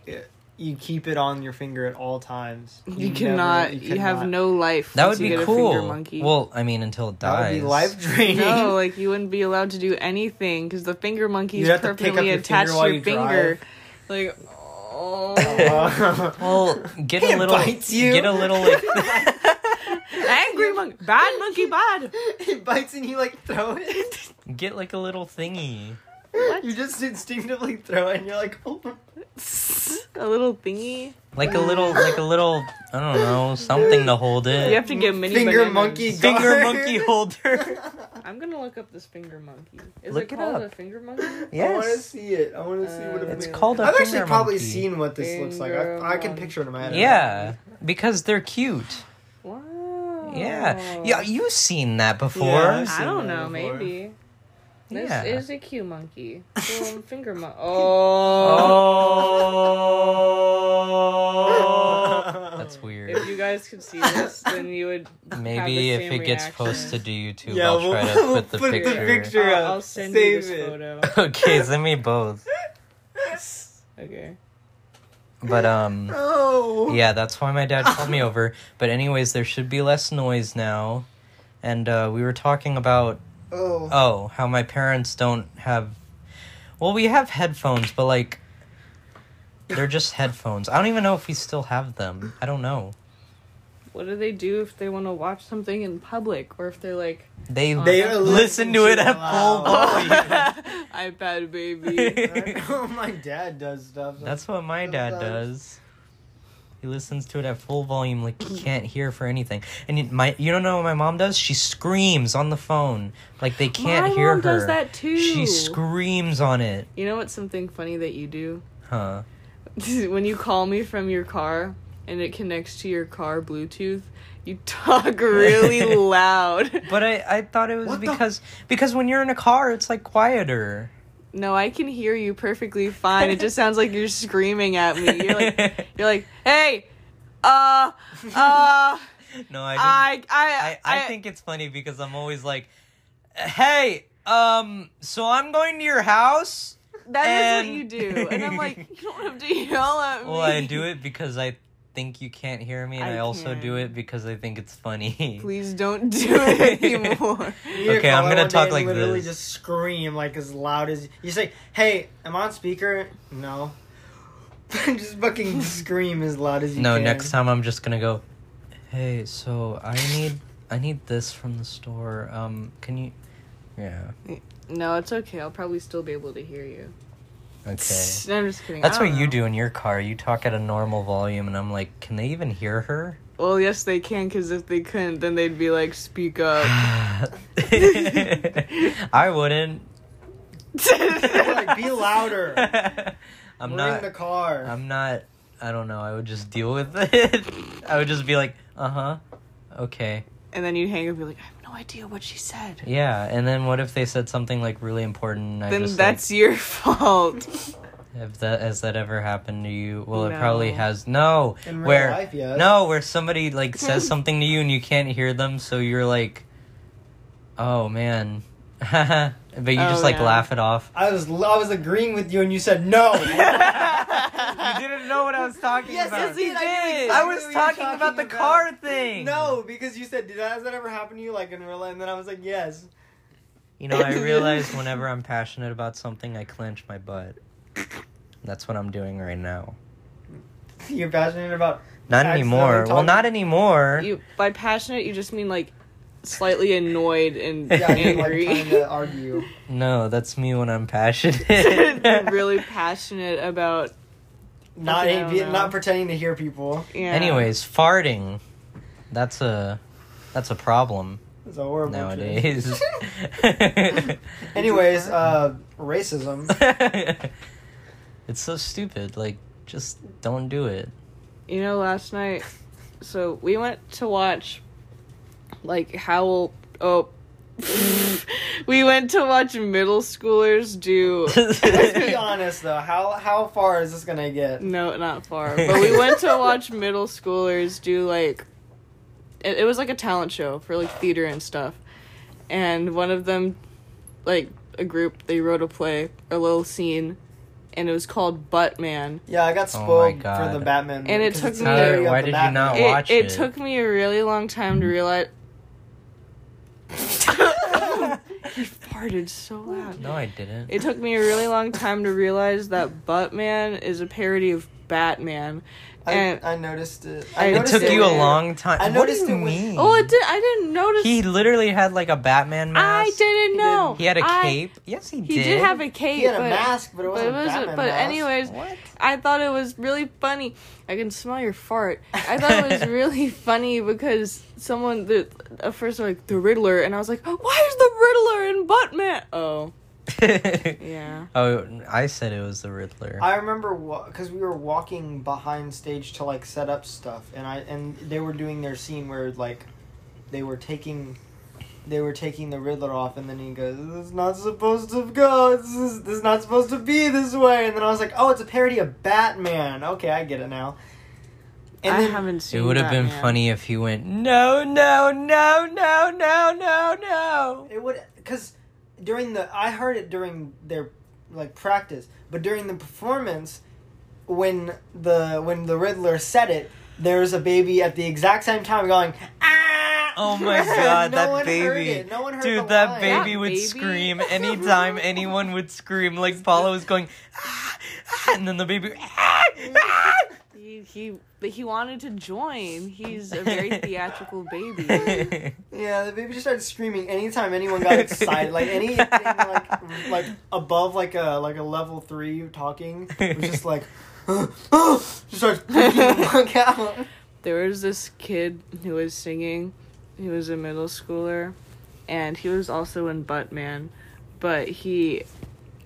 [SPEAKER 3] You keep it on your finger at all times.
[SPEAKER 2] You,
[SPEAKER 3] never-
[SPEAKER 2] cannot. You, have
[SPEAKER 3] cannot.
[SPEAKER 2] no life.
[SPEAKER 1] That
[SPEAKER 2] once
[SPEAKER 1] would
[SPEAKER 2] you
[SPEAKER 1] be
[SPEAKER 2] get A finger
[SPEAKER 1] cool.
[SPEAKER 2] monkey.
[SPEAKER 1] Well, I mean, until it
[SPEAKER 3] That
[SPEAKER 1] dies.
[SPEAKER 3] would be life
[SPEAKER 1] [LAUGHS]
[SPEAKER 3] draining.
[SPEAKER 2] no, like you wouldn't be allowed to do anything because the finger monkey's
[SPEAKER 3] You'd have to pick up
[SPEAKER 2] permanently
[SPEAKER 3] your finger
[SPEAKER 2] attached
[SPEAKER 3] while
[SPEAKER 2] to your
[SPEAKER 3] you
[SPEAKER 2] finger.
[SPEAKER 3] drive. [LAUGHS]
[SPEAKER 2] Like, oh,
[SPEAKER 3] Uh, [LAUGHS]
[SPEAKER 1] Well, get a
[SPEAKER 3] It
[SPEAKER 1] little,
[SPEAKER 3] bites you.
[SPEAKER 1] get a little like [LAUGHS]
[SPEAKER 2] angry monkey, bad monkey, bad.
[SPEAKER 3] [LAUGHS] it bites and you like throw it.
[SPEAKER 1] get like a little thingy.
[SPEAKER 3] You just instinctively throw it and you're like, oh.
[SPEAKER 2] A little thingy.
[SPEAKER 1] Like a
[SPEAKER 3] [LAUGHS]
[SPEAKER 1] little like a little I don't know, something to hold
[SPEAKER 2] You have
[SPEAKER 1] it.
[SPEAKER 2] to get mini
[SPEAKER 3] Finger
[SPEAKER 2] bananas.
[SPEAKER 1] [LAUGHS]
[SPEAKER 3] monkey
[SPEAKER 1] Finger
[SPEAKER 3] God. [LAUGHS]
[SPEAKER 1] monkey holder.
[SPEAKER 2] I'm gonna look up this finger monkey. Is
[SPEAKER 1] Look
[SPEAKER 2] it
[SPEAKER 1] it
[SPEAKER 2] called
[SPEAKER 1] up.
[SPEAKER 2] a finger
[SPEAKER 1] [LAUGHS]
[SPEAKER 2] monkey?
[SPEAKER 3] I want to
[SPEAKER 1] Yes.
[SPEAKER 3] see it. I want to see what it
[SPEAKER 2] Uh,
[SPEAKER 1] It's
[SPEAKER 3] is.
[SPEAKER 1] called a
[SPEAKER 3] I've actually
[SPEAKER 1] finger
[SPEAKER 3] probably
[SPEAKER 1] monkey.
[SPEAKER 3] seen what this looks like.
[SPEAKER 2] Finger
[SPEAKER 3] I, I can
[SPEAKER 2] monkey.
[SPEAKER 3] picture it in my head.
[SPEAKER 1] Yeah. Because they're cute.
[SPEAKER 2] Wow. Oh.
[SPEAKER 1] Yeah. Yeah, you've seen that before.
[SPEAKER 3] Yeah, I've
[SPEAKER 2] I
[SPEAKER 3] seen
[SPEAKER 2] don't
[SPEAKER 3] that
[SPEAKER 2] know.
[SPEAKER 3] before.
[SPEAKER 2] Maybe. This
[SPEAKER 1] Yeah.
[SPEAKER 2] is a
[SPEAKER 1] [LAUGHS]
[SPEAKER 2] cute monkey. Little finger monkey. Oh.
[SPEAKER 1] Oh. That's weird.
[SPEAKER 3] Oh.
[SPEAKER 2] If you guys guys could see this, then you would. have
[SPEAKER 1] Maybe
[SPEAKER 2] the
[SPEAKER 1] if
[SPEAKER 2] same
[SPEAKER 1] it gets
[SPEAKER 2] reaction.
[SPEAKER 1] posted to YouTube,
[SPEAKER 3] Yeah,
[SPEAKER 1] I'll
[SPEAKER 3] we'll-
[SPEAKER 1] try to
[SPEAKER 3] [LAUGHS] we'll
[SPEAKER 1] put the
[SPEAKER 3] put the
[SPEAKER 1] picture.
[SPEAKER 3] picture-
[SPEAKER 2] I'll,
[SPEAKER 3] up.
[SPEAKER 2] I'll send you
[SPEAKER 3] Save
[SPEAKER 2] this
[SPEAKER 3] it.
[SPEAKER 2] photo.
[SPEAKER 1] [LAUGHS] okay, send me both.
[SPEAKER 2] Okay.
[SPEAKER 1] But um,
[SPEAKER 3] Oh.
[SPEAKER 1] yeah, that's why my dad called
[SPEAKER 3] [LAUGHS]
[SPEAKER 1] me over. But anyways, there should be less noise now, and uh, we were talking about
[SPEAKER 3] Oh.
[SPEAKER 1] oh how my parents don't have. Well, we have headphones, but like, they're just headphones. I don't even know if we still have them. I don't know.
[SPEAKER 2] What do they do if they want to watch something in public, or if they're like,
[SPEAKER 1] They
[SPEAKER 2] They
[SPEAKER 1] listen, to it at full volume.
[SPEAKER 2] [LAUGHS]
[SPEAKER 1] [LAUGHS]
[SPEAKER 2] iPad baby?
[SPEAKER 3] [LAUGHS] [LAUGHS] my dad does stuff.
[SPEAKER 1] That's what my dad does. He listens to it at full volume, like he can't hear for anything. And you- my, you don't know what my mom does? She screams on the phone, like they can't
[SPEAKER 2] My
[SPEAKER 1] hear
[SPEAKER 2] mom
[SPEAKER 1] her.
[SPEAKER 2] does that too.
[SPEAKER 1] She screams on it,
[SPEAKER 2] You know what's something funny that you do? [LAUGHS]
[SPEAKER 1] huh?
[SPEAKER 2] when you call me from your car and it connects to your car Bluetooth, you [LAUGHS]
[SPEAKER 1] [LAUGHS]
[SPEAKER 2] talk really loud.
[SPEAKER 1] But I, I thought it was
[SPEAKER 3] What the-
[SPEAKER 1] because because when you're in a car, it's like quieter.
[SPEAKER 2] No, I can hear you perfectly fine. It just sounds like you're screaming at me. You're
[SPEAKER 1] [LAUGHS]
[SPEAKER 2] like, you're like, hey, uh, uh, I,
[SPEAKER 1] no, I, didn't-
[SPEAKER 2] I, I,
[SPEAKER 1] I, I think it's funny because I'm always like, hey, um, so I'm going to your house.
[SPEAKER 2] that is
[SPEAKER 1] and-
[SPEAKER 2] what you do. And I'm like, you don't have to yell at me.
[SPEAKER 1] Well, I do it because I think you can't hear me, and I,
[SPEAKER 2] I
[SPEAKER 1] also do
[SPEAKER 2] can.
[SPEAKER 1] it because I think it's funny.
[SPEAKER 2] Please don't do
[SPEAKER 1] [LAUGHS]
[SPEAKER 2] it anymore.
[SPEAKER 1] Okay, I'm gonna talk like
[SPEAKER 3] literally
[SPEAKER 1] this.
[SPEAKER 3] just scream like as loud as you say. Hey, I'm on speaker. No. [LAUGHS] just fucking scream as loud as you
[SPEAKER 1] No,
[SPEAKER 3] can.
[SPEAKER 1] next time I'm just gonna go. Hey, so I need I need this from the store. Um, can you? Yeah.
[SPEAKER 2] no, it's okay. I'll probably still be able to hear you.
[SPEAKER 1] Okay.
[SPEAKER 2] [LAUGHS] No, I'm just kidding. Ah.
[SPEAKER 1] That's
[SPEAKER 2] I don't
[SPEAKER 1] what you
[SPEAKER 2] know.
[SPEAKER 1] do in your car. You talk at a normal volume, and I'm like, can they even hear her? [LAUGHS]
[SPEAKER 2] Well, yes, they can, because if they couldn't, then they'd be like, speak up.
[SPEAKER 1] [LAUGHS]
[SPEAKER 2] [LAUGHS]
[SPEAKER 1] I wouldn't.
[SPEAKER 3] like be louder.
[SPEAKER 1] [LAUGHS] I'm
[SPEAKER 3] We're
[SPEAKER 1] not.
[SPEAKER 3] in the car.
[SPEAKER 1] I'm not. I don't know. I would just deal with it. [LAUGHS] I would just be like, uh huh, okay,
[SPEAKER 2] and then you'd hang up and be like, I have no idea what she said.
[SPEAKER 1] yeah. And then what if they said something like really important? And I
[SPEAKER 2] then
[SPEAKER 1] just
[SPEAKER 2] that's
[SPEAKER 1] [LAUGHS]
[SPEAKER 2] your [LAUGHS] fault.
[SPEAKER 1] like, have that has that ever happened to you? Well, it
[SPEAKER 2] No.
[SPEAKER 1] probably has. No,
[SPEAKER 3] In real
[SPEAKER 1] where
[SPEAKER 3] life, yes.
[SPEAKER 1] no, where somebody like
[SPEAKER 2] [LAUGHS]
[SPEAKER 1] says something to you and you can't hear them, so you're like, oh man, [LAUGHS] but you
[SPEAKER 2] Oh,
[SPEAKER 1] just like
[SPEAKER 2] yeah.
[SPEAKER 1] laugh it off.
[SPEAKER 3] I was I was agreeing with you, and you said
[SPEAKER 1] [LAUGHS]
[SPEAKER 3] no.
[SPEAKER 1] You didn't know what I was talking
[SPEAKER 3] Yes,
[SPEAKER 1] about.
[SPEAKER 3] yes,
[SPEAKER 2] he did.
[SPEAKER 1] I
[SPEAKER 2] I
[SPEAKER 1] was talking, about, the car thing.
[SPEAKER 3] No, because you said, "Did that, has that ever happened to you?" Like in real life, and then I was like, "Yes." [LAUGHS]
[SPEAKER 1] You know, I realize whenever I'm passionate about something, I clench my butt. That's what I'm doing right now.
[SPEAKER 3] You're passionate
[SPEAKER 1] [LAUGHS]
[SPEAKER 3] about.
[SPEAKER 1] Not
[SPEAKER 3] Accidentally
[SPEAKER 1] anymore. Well,
[SPEAKER 3] talking-
[SPEAKER 1] not anymore.
[SPEAKER 2] you by passionate, you just mean like slightly annoyed and
[SPEAKER 1] Yeah,
[SPEAKER 3] Yeah, you're, like
[SPEAKER 2] angry.
[SPEAKER 3] trying to
[SPEAKER 1] [LAUGHS]
[SPEAKER 3] argue.
[SPEAKER 1] No, that's me when
[SPEAKER 2] [LAUGHS]
[SPEAKER 1] I'm passionate. [LAUGHS]
[SPEAKER 2] really passionate about.
[SPEAKER 3] Not
[SPEAKER 2] Okay, I don't
[SPEAKER 3] be-
[SPEAKER 2] know.
[SPEAKER 3] not pretending to hear people.
[SPEAKER 2] Yeah.
[SPEAKER 1] Anyways, farting. That's a that's a problem
[SPEAKER 3] It's a horrible. trend.
[SPEAKER 1] nowadays. [LAUGHS]
[SPEAKER 2] [LAUGHS]
[SPEAKER 3] [LAUGHS] Anyways, uh, racism.
[SPEAKER 1] it's so stupid. Like just don't do it.
[SPEAKER 3] [LAUGHS]
[SPEAKER 2] You know, last night, so we went to watch, like, Howl. Oh. [LAUGHS] we went to watch middle
[SPEAKER 1] [LAUGHS]
[SPEAKER 2] schoolers do.
[SPEAKER 3] Let's be honest though. How how far is this gonna get?
[SPEAKER 2] No, not far. But we went to watch middle schoolers do like it, it was like a talent show for like theater and stuff. And one of them like a group they wrote a play, a little scene, and it was called Butt Man.
[SPEAKER 3] Yeah, I got
[SPEAKER 1] Oh my
[SPEAKER 3] spoiled for
[SPEAKER 1] God.
[SPEAKER 3] the Batman.
[SPEAKER 2] And it
[SPEAKER 3] because
[SPEAKER 2] took
[SPEAKER 3] it's
[SPEAKER 2] me-
[SPEAKER 3] the theory of
[SPEAKER 1] Why
[SPEAKER 3] the
[SPEAKER 1] did you
[SPEAKER 2] [LAUGHS]
[SPEAKER 3] Batman.
[SPEAKER 1] not- I
[SPEAKER 2] It,
[SPEAKER 1] watched
[SPEAKER 2] it
[SPEAKER 1] it.
[SPEAKER 2] took me a really long time to realize He farted so loud.
[SPEAKER 1] No, I didn't.
[SPEAKER 2] It took me a really long time to realize that Butt Man is a parody of Batman.
[SPEAKER 3] I,
[SPEAKER 2] And
[SPEAKER 3] I noticed it.
[SPEAKER 2] I
[SPEAKER 1] It
[SPEAKER 2] noticed
[SPEAKER 1] took
[SPEAKER 2] it
[SPEAKER 1] you a
[SPEAKER 2] when-
[SPEAKER 1] long time.
[SPEAKER 3] I
[SPEAKER 1] what do
[SPEAKER 3] noticed
[SPEAKER 1] you
[SPEAKER 3] it when-
[SPEAKER 1] mean?
[SPEAKER 2] oh, it did, I didn't notice.
[SPEAKER 1] He literally had like a Batman mask.
[SPEAKER 2] I didn't know.
[SPEAKER 1] He had a
[SPEAKER 2] I-
[SPEAKER 1] cape. Yes, he,
[SPEAKER 2] He
[SPEAKER 1] did.
[SPEAKER 2] did, have a cape.
[SPEAKER 3] He had a
[SPEAKER 2] but,
[SPEAKER 3] mask, but it
[SPEAKER 2] But,
[SPEAKER 3] wasn't
[SPEAKER 2] it wasn't,
[SPEAKER 3] Batman
[SPEAKER 2] but
[SPEAKER 3] mask.
[SPEAKER 2] anyways, [LAUGHS]
[SPEAKER 1] What? [LAUGHS]
[SPEAKER 2] I thought it was really funny. I can smell your fart. I thought it was really funny because someone the at first they're like the Riddler, and I was like, why is the Riddler in Buttman? Oh, yeah.
[SPEAKER 1] oh, I said it was the Riddler.
[SPEAKER 3] I remember because we were walking behind stage to like set up stuff, and I and they were doing their scene where like they were taking they were taking the Riddler off, and then he goes, "This is not supposed to go. This is, this is not supposed to be this way." And then I was like, "Oh, it's a parody of Batman." Okay, I get it now. And
[SPEAKER 2] I
[SPEAKER 3] then-
[SPEAKER 2] haven't seen.
[SPEAKER 1] It would have
[SPEAKER 2] that,
[SPEAKER 1] been
[SPEAKER 2] man.
[SPEAKER 1] funny if he went, no, no, no, no, no, no,
[SPEAKER 3] [LAUGHS]
[SPEAKER 1] no.
[SPEAKER 3] It would because during the I heard it during their like practice, but during the performance, when the when the Riddler said it, there's a baby at the exact same time going ah.
[SPEAKER 1] Oh my
[SPEAKER 3] And
[SPEAKER 1] god,
[SPEAKER 3] [LAUGHS] no
[SPEAKER 1] that
[SPEAKER 3] one heard it.
[SPEAKER 1] baby.
[SPEAKER 3] No one heard the
[SPEAKER 1] Dude, that
[SPEAKER 3] line.
[SPEAKER 1] baby
[SPEAKER 2] That
[SPEAKER 1] would
[SPEAKER 2] baby?
[SPEAKER 1] scream
[SPEAKER 2] [LAUGHS]
[SPEAKER 1] anytime anyone would scream. Like, Paula was going, ah, ah, and then the baby, ah, ah.
[SPEAKER 2] He he but he wanted to join. He's a [LAUGHS] very theatrical baby.
[SPEAKER 3] Yeah, the baby just started screaming anytime anyone got excited. like anything
[SPEAKER 1] [LAUGHS]
[SPEAKER 3] like like above like a like a level three talking it was
[SPEAKER 1] [LAUGHS]
[SPEAKER 3] just like [GASPS] just starts freaking the fuck out.
[SPEAKER 2] [LAUGHS] there was this kid who was singing. He was a middle schooler, and he was also in Buttman, but he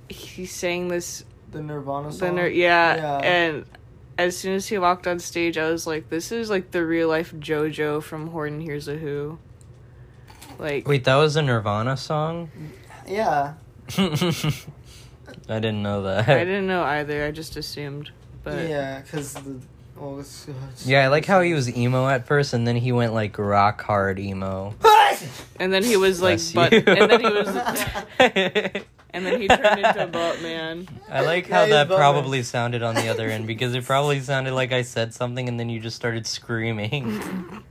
[SPEAKER 2] he sang this
[SPEAKER 3] The Nirvana song.
[SPEAKER 2] Then there- yeah,
[SPEAKER 3] Yeah.
[SPEAKER 2] and as soon as he walked on stage, I was like, "This is like the real life JoJo from Horton Hears a Who." Like,
[SPEAKER 1] Wait, that was a Nirvana song?
[SPEAKER 3] yeah.
[SPEAKER 1] I didn't know that.
[SPEAKER 2] I didn't know either. I just assumed, but
[SPEAKER 3] yeah, because the well, it's, uh, it's-
[SPEAKER 1] Yeah, I like how he
[SPEAKER 3] [LAUGHS]
[SPEAKER 1] was emo at first, and then he went like rock hard emo.
[SPEAKER 2] and then he was like,
[SPEAKER 1] Bless
[SPEAKER 2] "But,"
[SPEAKER 1] you.
[SPEAKER 2] and then he
[SPEAKER 1] [LAUGHS]
[SPEAKER 2] was, and then he turned into Buttman.
[SPEAKER 1] I like
[SPEAKER 3] Yeah,
[SPEAKER 1] how
[SPEAKER 3] he's
[SPEAKER 1] that
[SPEAKER 3] bumming.
[SPEAKER 1] probably sounded on the other end because it probably sounded like I said something, and then you just started screaming.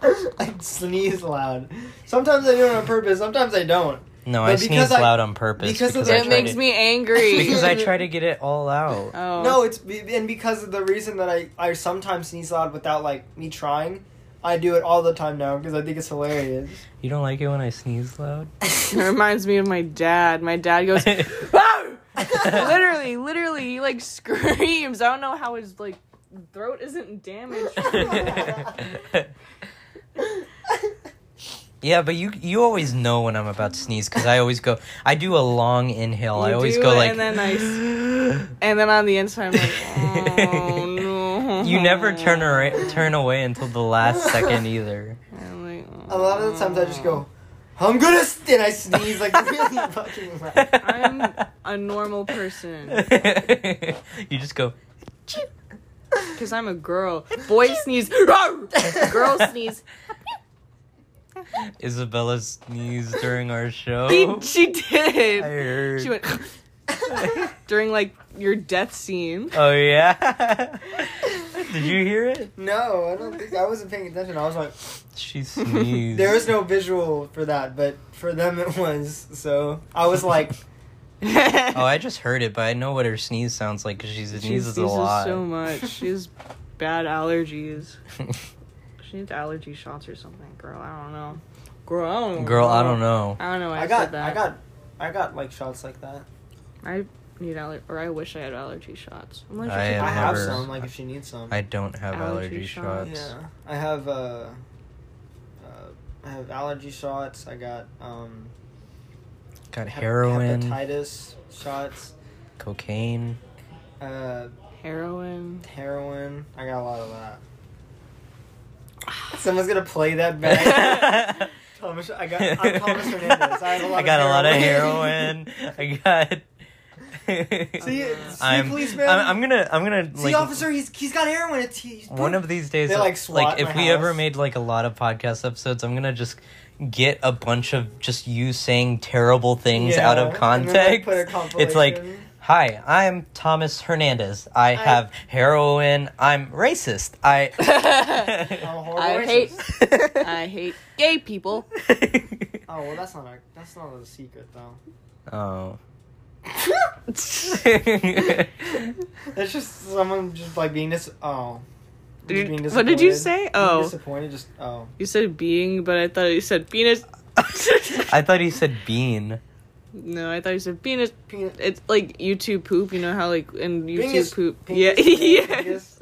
[SPEAKER 3] I sneeze loud. Sometimes I do it on purpose. Sometimes I don't.
[SPEAKER 1] No,
[SPEAKER 3] But
[SPEAKER 1] I
[SPEAKER 3] because
[SPEAKER 1] sneezed
[SPEAKER 3] I-
[SPEAKER 1] loud on purpose
[SPEAKER 3] because
[SPEAKER 1] because,
[SPEAKER 3] of
[SPEAKER 1] I
[SPEAKER 3] the-
[SPEAKER 2] It
[SPEAKER 1] tried
[SPEAKER 2] makes
[SPEAKER 1] to,
[SPEAKER 2] me angry.
[SPEAKER 1] because I try to get it all out.
[SPEAKER 2] [LAUGHS] oh
[SPEAKER 3] No, it's be- and because of the reason that I I sometimes sneeze loud without like me trying. I do it all the time now because I think it's hilarious. [LAUGHS]
[SPEAKER 1] You don't like it when I sneeze loud? [LAUGHS]
[SPEAKER 2] It reminds me of my dad. My dad goes, "Ah!" literally, literally, he like [LAUGHS] screams. I don't know how his like throat isn't damaged.
[SPEAKER 1] [LAUGHS] yeah, but you you always know when I'm about to sneeze because I always go. I do a long inhale. I
[SPEAKER 2] You
[SPEAKER 1] always
[SPEAKER 2] do
[SPEAKER 1] go
[SPEAKER 2] it,
[SPEAKER 1] like.
[SPEAKER 2] and then I s- and then on the inside, I'm like,
[SPEAKER 1] [LAUGHS]
[SPEAKER 2] oh no.
[SPEAKER 1] [GASPS] you never turn ar- turn away until the last
[SPEAKER 2] [LAUGHS]
[SPEAKER 1] second either.
[SPEAKER 2] I'm like, oh.
[SPEAKER 3] A lot of the times I just go, I'm gonna, s-" and I sneeze like
[SPEAKER 2] [LAUGHS]
[SPEAKER 3] really fucking loud.
[SPEAKER 2] I'm a normal person
[SPEAKER 1] [LAUGHS]
[SPEAKER 2] [LAUGHS]
[SPEAKER 1] you just go.
[SPEAKER 2] because I'm a girl. Boy sneeze, "Rawr!" [LAUGHS]
[SPEAKER 3] [LAUGHS]
[SPEAKER 2] girl sneeze.
[SPEAKER 1] Isabella sneezed during our show.
[SPEAKER 2] She, she did.
[SPEAKER 1] Oh. I heard.
[SPEAKER 2] She went during like your death
[SPEAKER 3] [LAUGHS]
[SPEAKER 2] scene.
[SPEAKER 1] oh
[SPEAKER 2] [LAUGHS]
[SPEAKER 1] yeah. Did you hear it?
[SPEAKER 3] No, I don't think I wasn't paying attention. I was like,
[SPEAKER 2] [LAUGHS]
[SPEAKER 1] She sneezed.
[SPEAKER 3] there was no visual for that, but for them it was. So I was like,
[SPEAKER 1] Oh, I just heard it, but I know what her sneeze sounds like because she sneezes,
[SPEAKER 2] she sneezes
[SPEAKER 1] a lot. [LAUGHS]
[SPEAKER 2] so much. She has bad allergies. She needs allergy shots or something, girl. I don't know. Girl, I don't
[SPEAKER 1] Girl, I don't know.
[SPEAKER 2] I don't know. [LAUGHS] Why I,
[SPEAKER 3] I got,
[SPEAKER 2] said that.
[SPEAKER 3] I got, I got like shots like that.
[SPEAKER 2] I need aller- or I wish I had allergy shots. I'm like,
[SPEAKER 1] I
[SPEAKER 2] you
[SPEAKER 1] have
[SPEAKER 3] I have
[SPEAKER 1] never-
[SPEAKER 3] some. Like if she needs some.
[SPEAKER 1] I don't have allergy,
[SPEAKER 2] Allergy
[SPEAKER 1] shots.
[SPEAKER 2] shots.
[SPEAKER 3] yeah, I have. Uh, uh, I have allergy shots. I got um,
[SPEAKER 1] Got
[SPEAKER 3] hep-
[SPEAKER 1] heroin,
[SPEAKER 3] hepatitis shots,
[SPEAKER 1] cocaine.
[SPEAKER 3] uh, [LAUGHS]
[SPEAKER 2] heroin.
[SPEAKER 3] heroin. I got a lot of
[SPEAKER 2] [LAUGHS]
[SPEAKER 3] that. Someone's gonna play
[SPEAKER 1] [LAUGHS]
[SPEAKER 3] that back. [LAUGHS] Thomas, I got. I'm Thomas Hernandez. I, have a lot
[SPEAKER 1] I got
[SPEAKER 3] of
[SPEAKER 1] a lot of heroin. I got.
[SPEAKER 3] [LAUGHS] See, see
[SPEAKER 1] [LAUGHS] I'm,
[SPEAKER 3] policeman.
[SPEAKER 1] I'm, I'm gonna, I'm gonna.
[SPEAKER 3] see,
[SPEAKER 1] like,
[SPEAKER 3] officer, he's he's got heroin. It's he,
[SPEAKER 1] One of these days, uh,
[SPEAKER 3] They, like, SWAT
[SPEAKER 1] if
[SPEAKER 3] my
[SPEAKER 1] we ever
[SPEAKER 3] house.
[SPEAKER 1] made like a lot of podcast episodes, I'm gonna just get a bunch of just you saying terrible things
[SPEAKER 3] Yeah,
[SPEAKER 1] out of
[SPEAKER 3] and then
[SPEAKER 1] context.
[SPEAKER 3] they put a
[SPEAKER 1] It's like,
[SPEAKER 3] compilation.
[SPEAKER 1] hi, I'm Thomas Hernandez. I, have heroin. I'm racist.
[SPEAKER 2] [LAUGHS]
[SPEAKER 1] I.
[SPEAKER 3] I'm a horrible
[SPEAKER 2] I
[SPEAKER 3] racist.
[SPEAKER 1] [LAUGHS]
[SPEAKER 2] hate. I hate gay people.
[SPEAKER 3] Oh well, that's not a that's not a secret
[SPEAKER 2] [LAUGHS]
[SPEAKER 3] though.
[SPEAKER 1] oh. [LAUGHS]
[SPEAKER 3] That's just someone just like being dis. Oh.
[SPEAKER 2] Did-
[SPEAKER 3] Being
[SPEAKER 2] what did you
[SPEAKER 3] disappointed.
[SPEAKER 2] say?
[SPEAKER 3] Being
[SPEAKER 2] Oh.
[SPEAKER 3] disappointed. Just oh.
[SPEAKER 2] You said being, but I thought you said penis.
[SPEAKER 1] I thought he said bean.
[SPEAKER 2] no, I thought you said penis.
[SPEAKER 3] Penis.
[SPEAKER 2] It's like YouTube poop. You know how like in YouTube
[SPEAKER 3] Penis-
[SPEAKER 2] poop.
[SPEAKER 3] penis-
[SPEAKER 2] yeah, [LAUGHS] yes.
[SPEAKER 3] penis.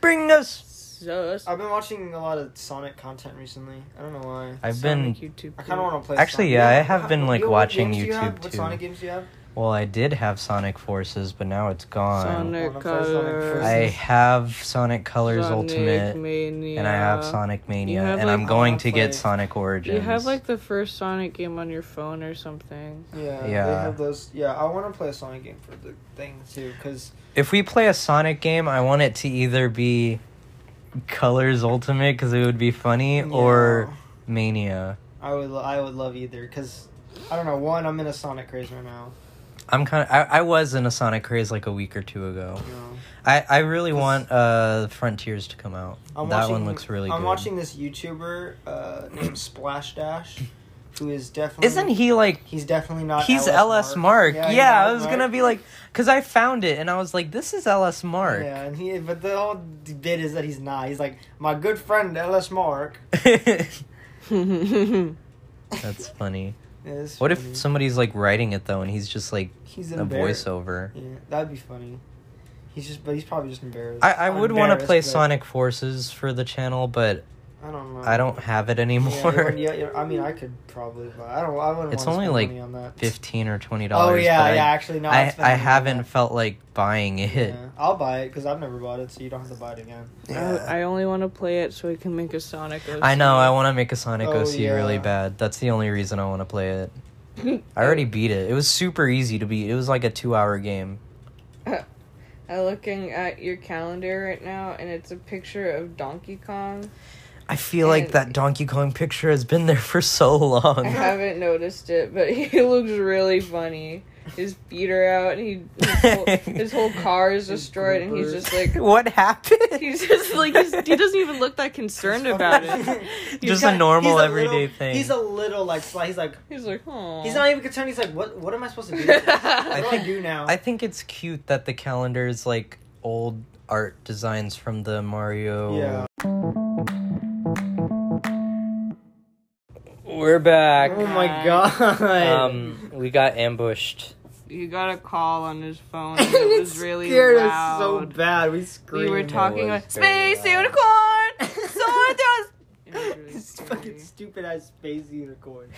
[SPEAKER 1] Bring us.
[SPEAKER 2] So
[SPEAKER 3] I've been watching a lot of Sonic content recently. I don't know why.
[SPEAKER 1] I've
[SPEAKER 2] Sonic
[SPEAKER 1] been
[SPEAKER 2] YouTube.
[SPEAKER 3] I kind of want to play.
[SPEAKER 1] Actually,
[SPEAKER 3] Sonic.
[SPEAKER 1] yeah, I
[SPEAKER 3] You know,
[SPEAKER 1] have been,
[SPEAKER 3] you
[SPEAKER 1] like,
[SPEAKER 3] know what
[SPEAKER 1] watching
[SPEAKER 3] games do you have?
[SPEAKER 1] YouTube,
[SPEAKER 3] What
[SPEAKER 1] too.
[SPEAKER 3] Sonic games do you have?
[SPEAKER 1] Well, I did have Sonic Forces, but now it's gone.
[SPEAKER 2] Sonic
[SPEAKER 3] Well, if I saw Sonic
[SPEAKER 2] Colors.
[SPEAKER 3] first-
[SPEAKER 1] I have Sonic Colors
[SPEAKER 2] Sonic
[SPEAKER 1] Ultimate,
[SPEAKER 2] Mania.
[SPEAKER 1] and I have Sonic Mania,
[SPEAKER 2] have,
[SPEAKER 1] and
[SPEAKER 2] like-
[SPEAKER 1] I'm going
[SPEAKER 3] I'll
[SPEAKER 1] to get
[SPEAKER 3] play-
[SPEAKER 1] Sonic Origins.
[SPEAKER 2] You have like the first Sonic game on your phone or [LAUGHS] something.
[SPEAKER 3] Yeah, they
[SPEAKER 1] Yeah.
[SPEAKER 3] have those. Yeah, I want to play a Sonic game for the thing too, because
[SPEAKER 1] If we play a Sonic game, I want it to either be Colors Ultimate because it would be funny, or Mania.
[SPEAKER 3] I would lo- I would love either, because I don't know. One, I'm in a Sonic craze right now.
[SPEAKER 1] I'm kind of I, I was in a Sonic craze like a week or two ago.
[SPEAKER 3] You know.
[SPEAKER 1] I, I really
[SPEAKER 3] This-
[SPEAKER 1] want uh Frontiers to come out.
[SPEAKER 3] I'm
[SPEAKER 1] that
[SPEAKER 3] watching,
[SPEAKER 1] one looks really
[SPEAKER 3] I'm
[SPEAKER 1] good.
[SPEAKER 3] watching this YouTuber uh, named Splash Dash, who is definitely
[SPEAKER 1] Isn't he like
[SPEAKER 3] He's definitely not.
[SPEAKER 1] he's LS Mark? Yeah, I was gonna be like because I found it and I was like this is LS Mark.
[SPEAKER 3] Yeah, and he but the whole bit is that he's not. He's like my good friend LS Mark.
[SPEAKER 1] [LAUGHS] That's
[SPEAKER 3] [LAUGHS]
[SPEAKER 1] funny.
[SPEAKER 3] Is
[SPEAKER 1] What
[SPEAKER 3] funny.
[SPEAKER 1] if somebody's like writing it though and he's just like
[SPEAKER 3] he's
[SPEAKER 1] a
[SPEAKER 3] embarrassed.
[SPEAKER 1] voiceover?
[SPEAKER 3] Yeah, that'd be funny. He's just, but he's probably just embarrassed.
[SPEAKER 1] I, I would want to
[SPEAKER 3] Embarrassed,
[SPEAKER 1] play
[SPEAKER 3] but
[SPEAKER 1] Sonic Forces for the channel, but
[SPEAKER 3] I don't know.
[SPEAKER 1] I don't have it [LAUGHS]
[SPEAKER 3] Oh. Yeah,
[SPEAKER 1] anymore.
[SPEAKER 3] yeah, yeah, I mean, I could probably, but I don't. I wouldn't.
[SPEAKER 1] It's only,
[SPEAKER 3] wanna spend
[SPEAKER 1] like,
[SPEAKER 3] money on that.
[SPEAKER 1] Fifteen or twenty dollars.
[SPEAKER 3] Oh yeah,
[SPEAKER 1] but I-
[SPEAKER 3] yeah. Actually, no. I'd
[SPEAKER 1] I,
[SPEAKER 3] spend
[SPEAKER 1] I
[SPEAKER 3] money on
[SPEAKER 1] haven't
[SPEAKER 3] that.
[SPEAKER 1] felt like buying it.
[SPEAKER 3] Yeah. I'll buy it because I've never bought it, so you don't have to buy it again.
[SPEAKER 2] I, I only want to play it so I can make a Sonic. OC.
[SPEAKER 1] I know. I want to make a Sonic
[SPEAKER 3] Oh,
[SPEAKER 1] OC really
[SPEAKER 3] yeah.
[SPEAKER 1] bad. That's the only reason I want to play it.
[SPEAKER 2] [LAUGHS]
[SPEAKER 1] I already beat it. It was super easy to beat. It was like a two-hour game.
[SPEAKER 2] I'm looking at your calendar right now, and it's a picture of Donkey
[SPEAKER 1] [LAUGHS]
[SPEAKER 2] Kong.
[SPEAKER 1] I feel like
[SPEAKER 2] And-
[SPEAKER 1] that Donkey Kong picture has been there for so
[SPEAKER 2] I
[SPEAKER 3] [LAUGHS]
[SPEAKER 1] long.
[SPEAKER 2] haven't noticed it, but [LAUGHS] he looks really funny. His feet are out, and he
[SPEAKER 1] [LAUGHS]
[SPEAKER 2] his whole, his whole car is
[SPEAKER 3] His
[SPEAKER 2] destroyed, and he's
[SPEAKER 3] bloopers.
[SPEAKER 2] just like
[SPEAKER 1] what happened?
[SPEAKER 2] [LAUGHS] he's just like he's,
[SPEAKER 1] [LAUGHS]
[SPEAKER 2] he doesn't even look that concerned about it.
[SPEAKER 3] [LAUGHS] He's
[SPEAKER 1] Just a normal
[SPEAKER 3] he's
[SPEAKER 1] everyday
[SPEAKER 3] little-
[SPEAKER 1] thing.
[SPEAKER 3] He's a little like sly. He's like
[SPEAKER 2] He's like, oh, [LAUGHS]
[SPEAKER 3] he's not even concerned. He's like, what? What am I supposed to do? what do I
[SPEAKER 1] think-
[SPEAKER 3] do now?
[SPEAKER 1] [LAUGHS] I think it's cute that the calendar is like old art designs from the Mario.
[SPEAKER 3] Yeah.
[SPEAKER 1] We're back.
[SPEAKER 3] Oh my god. [LAUGHS]
[SPEAKER 1] Um, we got ambushed.
[SPEAKER 2] you got a call on his
[SPEAKER 3] [LAUGHS]
[SPEAKER 2] phone. And [LAUGHS] it was really
[SPEAKER 3] scared us
[SPEAKER 2] loud.
[SPEAKER 3] so bad. We
[SPEAKER 2] we
[SPEAKER 3] screamed.
[SPEAKER 2] were talking
[SPEAKER 1] was
[SPEAKER 2] about
[SPEAKER 1] very
[SPEAKER 2] space
[SPEAKER 1] loud.
[SPEAKER 2] [LAUGHS] unicorn.
[SPEAKER 3] so
[SPEAKER 2] Sword throws. [LAUGHS] It was really
[SPEAKER 3] this
[SPEAKER 2] scary.
[SPEAKER 3] fucking stupid ass
[SPEAKER 2] [LAUGHS]
[SPEAKER 3] space unicorn.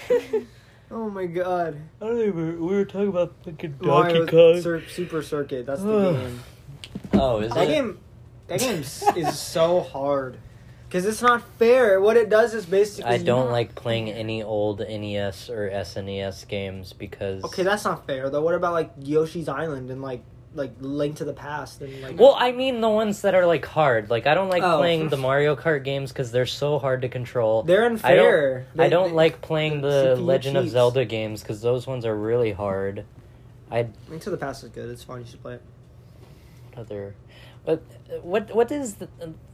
[SPEAKER 3] oh my god.
[SPEAKER 1] I don't even. We were talking about fucking
[SPEAKER 3] Mario Cir- Super Circuit. That's the game.
[SPEAKER 1] Oh, is
[SPEAKER 3] That
[SPEAKER 1] it?
[SPEAKER 3] game,
[SPEAKER 2] [LAUGHS]
[SPEAKER 3] that game s- is so hard. Cause it's not fair. What it does is basically.
[SPEAKER 1] I don't like playing any old NES or SNES games because.
[SPEAKER 3] Okay, that's not fair though. What about like Yoshi's Island and like like Link to the Past and like.
[SPEAKER 1] Well, I mean the ones that are like hard. Like I don't like
[SPEAKER 3] Oh.
[SPEAKER 1] playing the Mario Kart games because they're so hard to control.
[SPEAKER 3] they're unfair.
[SPEAKER 1] I
[SPEAKER 3] They-
[SPEAKER 1] don't
[SPEAKER 3] they-
[SPEAKER 1] like playing the
[SPEAKER 3] CPU
[SPEAKER 1] Legend of
[SPEAKER 3] cheats.
[SPEAKER 1] Zelda games because those ones are really hard.
[SPEAKER 3] Link to the Past is good. It's fun. You should play it.
[SPEAKER 1] Other, but uh, what what is the,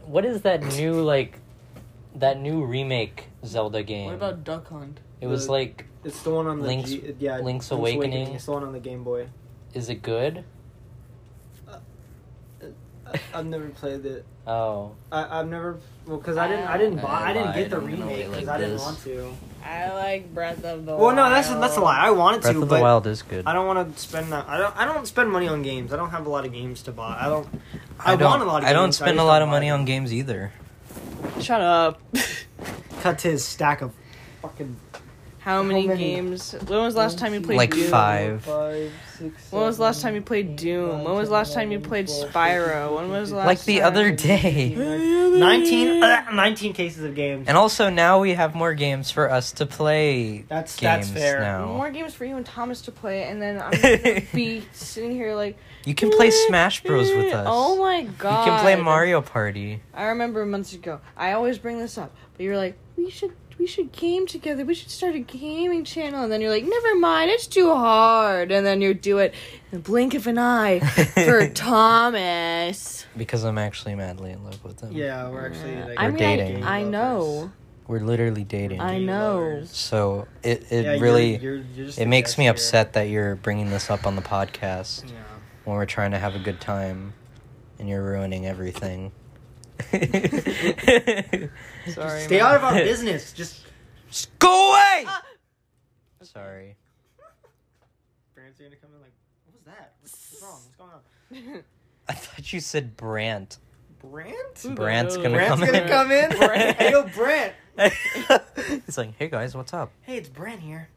[SPEAKER 1] what is that new
[SPEAKER 3] [COUGHS]
[SPEAKER 1] like that new remake Zelda game?
[SPEAKER 2] What about Duck Hunt?
[SPEAKER 1] it was
[SPEAKER 3] the-
[SPEAKER 1] like
[SPEAKER 3] It's the one on the
[SPEAKER 1] Link's-
[SPEAKER 3] G- yeah.
[SPEAKER 1] Link's Awakening?
[SPEAKER 3] It's the one on the Game Boy.
[SPEAKER 1] is it good?
[SPEAKER 3] I, I've never played it.
[SPEAKER 1] Oh,
[SPEAKER 3] I, I've never well because I
[SPEAKER 2] Oh,
[SPEAKER 3] didn't I didn't buy I didn't get the
[SPEAKER 1] I lied. I'm gonna
[SPEAKER 3] remake
[SPEAKER 1] be
[SPEAKER 3] because
[SPEAKER 1] like
[SPEAKER 3] I didn't
[SPEAKER 1] this.
[SPEAKER 3] want to.
[SPEAKER 2] I like Breath of the
[SPEAKER 3] Well, no, that's that's a lie. I wanted
[SPEAKER 1] Breath
[SPEAKER 3] to,
[SPEAKER 1] of the
[SPEAKER 3] but
[SPEAKER 1] Wild is good.
[SPEAKER 3] I don't want to spend that. I don't. I don't spend money on games. I don't have a lot of games to buy. I don't. I,
[SPEAKER 1] don't,
[SPEAKER 3] want a lot of.
[SPEAKER 1] I don't
[SPEAKER 3] games,
[SPEAKER 1] spend
[SPEAKER 3] just
[SPEAKER 1] a lot of
[SPEAKER 3] buy
[SPEAKER 1] money
[SPEAKER 3] them.
[SPEAKER 1] on games either.
[SPEAKER 2] Shut up.
[SPEAKER 3] Cut to his stack of fucking.
[SPEAKER 2] How many,
[SPEAKER 3] many?
[SPEAKER 2] games? When was the last time you played
[SPEAKER 1] Like
[SPEAKER 2] Doom?
[SPEAKER 1] five.
[SPEAKER 3] Five, six,
[SPEAKER 2] When was the last time you
[SPEAKER 3] seven,
[SPEAKER 2] played
[SPEAKER 3] eight,
[SPEAKER 2] Doom?
[SPEAKER 3] nine,
[SPEAKER 2] When was the
[SPEAKER 3] ten,
[SPEAKER 2] last time you
[SPEAKER 3] eleven,
[SPEAKER 2] played
[SPEAKER 3] twelve,
[SPEAKER 2] Spyro? When was the last
[SPEAKER 1] Like the
[SPEAKER 2] time-
[SPEAKER 1] other day.
[SPEAKER 3] [LAUGHS] 19, uh, 19 cases of games.
[SPEAKER 1] And also now we have more games for us to play.
[SPEAKER 3] That's that's
[SPEAKER 1] games
[SPEAKER 3] fair.
[SPEAKER 1] now.
[SPEAKER 2] More games for you and Thomas to play, and then I'm gonna be sitting here like
[SPEAKER 1] You can play Smash Bros with us.
[SPEAKER 2] Oh my god!
[SPEAKER 1] You can play Mario Party.
[SPEAKER 2] I remember months ago. I always bring this up, but you're like, we should we should game together. We should start a gaming channel, and then you're like, never mind, it's too hard. And then you do it in the blink of an
[SPEAKER 1] [LAUGHS]
[SPEAKER 2] eye for Thomas.
[SPEAKER 1] Because I'm actually madly in love with him.
[SPEAKER 3] Yeah, we're actually. Like,
[SPEAKER 2] I
[SPEAKER 1] We're
[SPEAKER 2] mean,
[SPEAKER 1] dating.
[SPEAKER 2] I, I know.
[SPEAKER 1] We're literally dating.
[SPEAKER 2] I know.
[SPEAKER 1] So it, it really it makes me
[SPEAKER 3] upset.
[SPEAKER 1] upset that you're bringing this up on the podcast
[SPEAKER 3] Yeah.
[SPEAKER 1] when we're trying to have a good time and you're ruining everything. [LAUGHS]
[SPEAKER 2] Sorry.
[SPEAKER 3] [LAUGHS] Stay
[SPEAKER 2] man.
[SPEAKER 3] out of our business. Just
[SPEAKER 1] Just go away.
[SPEAKER 2] Ah!
[SPEAKER 1] Sorry.
[SPEAKER 3] parents are gonna come in like, what was that? What's wrong? What's going on?
[SPEAKER 1] I thought you said Brant.
[SPEAKER 3] Brandt?
[SPEAKER 2] Who the
[SPEAKER 1] Brant's
[SPEAKER 2] hell-
[SPEAKER 1] gonna
[SPEAKER 3] Brant's
[SPEAKER 1] come
[SPEAKER 3] gonna
[SPEAKER 1] in. [LAUGHS]
[SPEAKER 3] come in.
[SPEAKER 1] Brant.
[SPEAKER 3] hey, yo, Brant.
[SPEAKER 1] He's like, hey guys, what's up?
[SPEAKER 3] Hey, it's Brant here.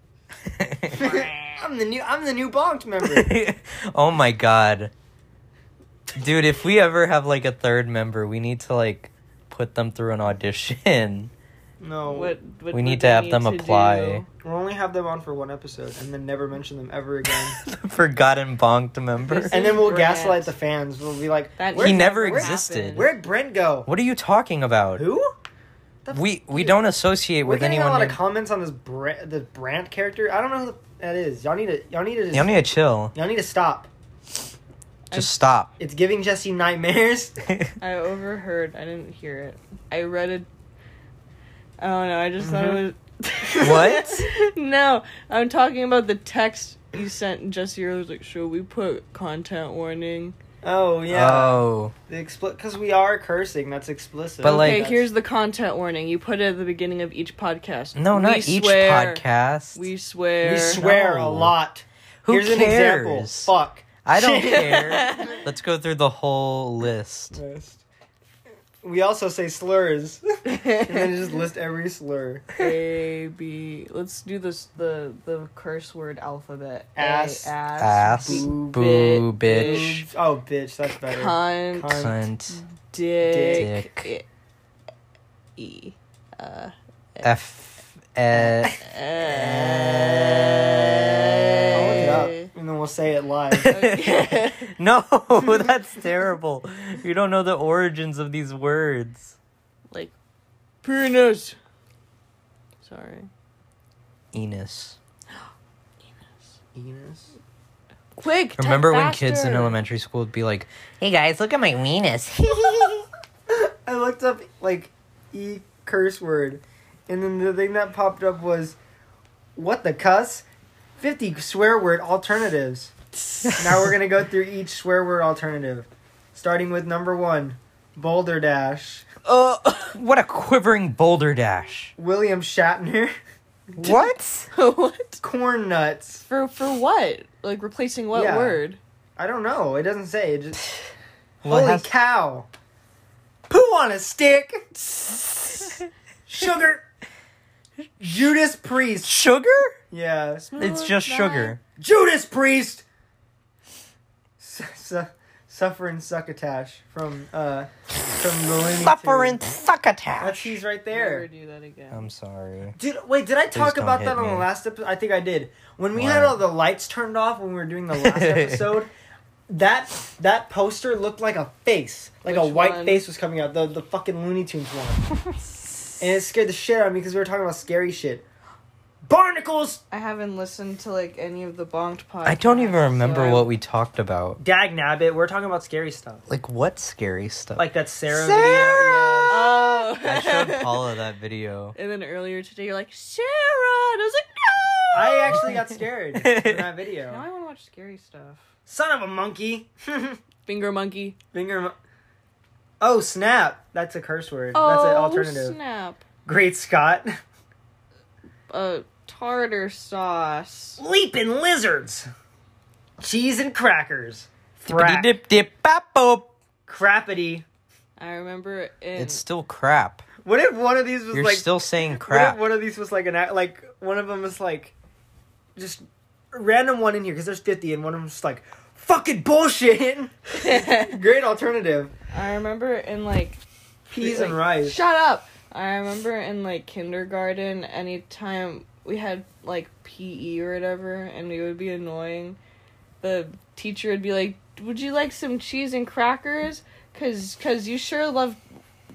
[SPEAKER 3] [LAUGHS] I'm the new I'm the new bonked member.
[SPEAKER 1] [LAUGHS] oh my god. Dude, if we ever have like a third member, we need to like put them through an audition. [LAUGHS]
[SPEAKER 3] No,
[SPEAKER 2] What, what
[SPEAKER 1] We
[SPEAKER 2] would
[SPEAKER 1] need to
[SPEAKER 2] they
[SPEAKER 1] have them
[SPEAKER 2] do?
[SPEAKER 1] apply.
[SPEAKER 3] we'll only have them on for one episode and then never mention them ever again. [LAUGHS]
[SPEAKER 1] the forgotten bonked member.
[SPEAKER 2] This
[SPEAKER 3] and then we'll
[SPEAKER 2] Brent.
[SPEAKER 3] gaslight the fans. We'll be like,
[SPEAKER 2] That
[SPEAKER 3] "Where'd-
[SPEAKER 1] He never
[SPEAKER 3] where'd-
[SPEAKER 1] existed.
[SPEAKER 3] Where'd Brent go?
[SPEAKER 1] What are you talking about?
[SPEAKER 3] Who?
[SPEAKER 1] We we don't associate
[SPEAKER 3] We're
[SPEAKER 1] with
[SPEAKER 3] getting
[SPEAKER 1] anyone.
[SPEAKER 3] a lot
[SPEAKER 1] named-
[SPEAKER 3] of comments on this Brent, this Brant character. I don't know who the, that is. Y'all need to. Y'all need to. Just,
[SPEAKER 1] Y'all need to chill.
[SPEAKER 3] y'all need to stop.
[SPEAKER 1] Just
[SPEAKER 3] [LAUGHS]
[SPEAKER 1] stop.
[SPEAKER 3] It's giving Jesse nightmares. [LAUGHS] Um,
[SPEAKER 1] [LAUGHS]
[SPEAKER 2] I overheard. I didn't hear it. I read it. I don't know. I just
[SPEAKER 1] Mhm. [LAUGHS]
[SPEAKER 2] thought
[SPEAKER 1] What?
[SPEAKER 2] it was. [LAUGHS] no, I'm talking about the text you sent. and Jesse earlier was like, "Should we put content warning?"
[SPEAKER 3] Oh yeah.
[SPEAKER 1] Oh,
[SPEAKER 3] The expli- cause we are cursing. That's explicit.
[SPEAKER 1] But, like-
[SPEAKER 2] okay, here's the content warning. You put it at the beginning of each podcast.
[SPEAKER 1] no,
[SPEAKER 2] We
[SPEAKER 1] not each
[SPEAKER 2] swear.
[SPEAKER 1] podcast.
[SPEAKER 2] We swear.
[SPEAKER 3] We swear
[SPEAKER 1] No.
[SPEAKER 3] a lot.
[SPEAKER 1] Who
[SPEAKER 3] here's an example.
[SPEAKER 1] cares?
[SPEAKER 3] Fuck.
[SPEAKER 1] I don't
[SPEAKER 3] [LAUGHS]
[SPEAKER 1] care.
[SPEAKER 2] [LAUGHS]
[SPEAKER 1] Let's go through the whole list.
[SPEAKER 3] We also say slurs, [LAUGHS] and then just list every slur.
[SPEAKER 2] A B. Let's do this. The the curse word alphabet. A,
[SPEAKER 3] Ass.
[SPEAKER 2] ass.
[SPEAKER 1] Ass,
[SPEAKER 3] Boo,
[SPEAKER 1] boo,
[SPEAKER 2] bitch,
[SPEAKER 1] bitch,
[SPEAKER 3] Oh, bitch, that's better.
[SPEAKER 2] Cunt.
[SPEAKER 3] Cunt.
[SPEAKER 1] cunt,
[SPEAKER 2] Dick.
[SPEAKER 1] Dick.
[SPEAKER 2] I- E. Uh.
[SPEAKER 1] f, eh.
[SPEAKER 3] I'll look it up,
[SPEAKER 2] Okay.
[SPEAKER 3] and then we'll say it
[SPEAKER 1] [LAUGHS]
[SPEAKER 3] live. [LAUGHS]
[SPEAKER 1] no, [LAUGHS] that's terrible. You don't know the origins of these words.
[SPEAKER 2] like penis. Sorry.
[SPEAKER 1] Enos.
[SPEAKER 3] Enos.
[SPEAKER 2] Quick. type
[SPEAKER 1] Remember when kids in
[SPEAKER 2] faster.
[SPEAKER 1] elementary school would be like, "Hey guys, look at my weenus." [LAUGHS]
[SPEAKER 3] [LAUGHS] I looked up like e curse word, and then the thing that popped up was, what the cuss? Fifty swear word alternatives. now we're gonna go through each swear word alternative, starting with number one, Boulder Dash,
[SPEAKER 1] Uh, [LAUGHS] what a quivering boulder
[SPEAKER 3] [LAUGHS]
[SPEAKER 1] dash.
[SPEAKER 3] William Shatner, [LAUGHS]
[SPEAKER 1] What?
[SPEAKER 2] [LAUGHS] what?
[SPEAKER 3] Corn Nuts.
[SPEAKER 2] For for what? Like replacing what
[SPEAKER 3] Yeah.
[SPEAKER 2] word?
[SPEAKER 3] I don't know. It doesn't say. It just
[SPEAKER 1] [SIGHS] Well, it
[SPEAKER 3] holy
[SPEAKER 1] has-
[SPEAKER 3] cow. Poo on a stick. [LAUGHS]
[SPEAKER 1] [LAUGHS]
[SPEAKER 3] Sugar. Judas Priest.
[SPEAKER 1] Sugar?
[SPEAKER 3] Yeah.
[SPEAKER 1] It's just sugar.
[SPEAKER 3] Judas Priest. Su- su- suffering succotash from uh from the Looney
[SPEAKER 1] Suffering
[SPEAKER 3] Tunes. That's
[SPEAKER 1] succotash.
[SPEAKER 3] he's right
[SPEAKER 2] Never
[SPEAKER 3] there.
[SPEAKER 2] do that again.
[SPEAKER 1] I'm sorry.
[SPEAKER 3] Dude, wait, did I talk
[SPEAKER 1] don't
[SPEAKER 3] about
[SPEAKER 1] hit
[SPEAKER 3] that on
[SPEAKER 1] me.
[SPEAKER 3] the last episode? I think I did. When we had
[SPEAKER 1] Why?
[SPEAKER 3] all the lights turned off when we were doing
[SPEAKER 1] [LAUGHS]
[SPEAKER 3] the last episode, that that poster looked like a face, like a
[SPEAKER 2] Which
[SPEAKER 3] white
[SPEAKER 2] one?
[SPEAKER 3] face was coming out. The the fucking Looney Tunes one,
[SPEAKER 2] [LAUGHS]
[SPEAKER 3] and it scared the shit out of me because we were talking about scary shit. Barnacles,
[SPEAKER 2] I haven't listened to like any of the bonked podcasts.
[SPEAKER 1] I don't even remember
[SPEAKER 2] so [LAUGHS]
[SPEAKER 1] what we talked about.
[SPEAKER 3] dag nabbit. We're talking about scary stuff,
[SPEAKER 1] Like what scary stuff?
[SPEAKER 3] like that Sarah. video.
[SPEAKER 1] Sarah.
[SPEAKER 2] Oh.
[SPEAKER 1] I
[SPEAKER 2] [LAUGHS]
[SPEAKER 1] showed Paula that video.
[SPEAKER 2] And then earlier today, you're like Sarah, and I was like,
[SPEAKER 3] I
[SPEAKER 2] no.
[SPEAKER 3] actually
[SPEAKER 1] [LAUGHS]
[SPEAKER 3] got scared in that video.
[SPEAKER 2] Now I want to watch scary stuff.
[SPEAKER 3] Son of a monkey. [LAUGHS]
[SPEAKER 2] Finger monkey.
[SPEAKER 3] Finger. Mo- oh snap! That's a curse word.
[SPEAKER 2] Oh,
[SPEAKER 3] That's an alternative.
[SPEAKER 2] snap.
[SPEAKER 3] Great Scott.
[SPEAKER 2] Uh, tartar sauce.
[SPEAKER 3] Leaping lizards. Cheese and crackers. Thrack.
[SPEAKER 1] Dip dip bap boop.
[SPEAKER 3] Crappity.
[SPEAKER 2] I remember in
[SPEAKER 1] It's
[SPEAKER 2] [LAUGHS]
[SPEAKER 1] still crap.
[SPEAKER 3] What if one of these was
[SPEAKER 1] You're
[SPEAKER 3] like
[SPEAKER 1] still saying
[SPEAKER 3] What
[SPEAKER 1] crap.
[SPEAKER 3] if one of these was like an act- like one of them was like just a random one in here because there's fifty and one of them's just like fucking bullshit. [LAUGHS] Great alternative.
[SPEAKER 2] I remember in like
[SPEAKER 3] Peas
[SPEAKER 2] like,
[SPEAKER 3] and rice.
[SPEAKER 2] Shut up. I remember in like kindergarten, anytime we had like PE or whatever, and it would be annoying. The teacher would be like, "Would you like some cheese and crackers? Cause, cause you sure love,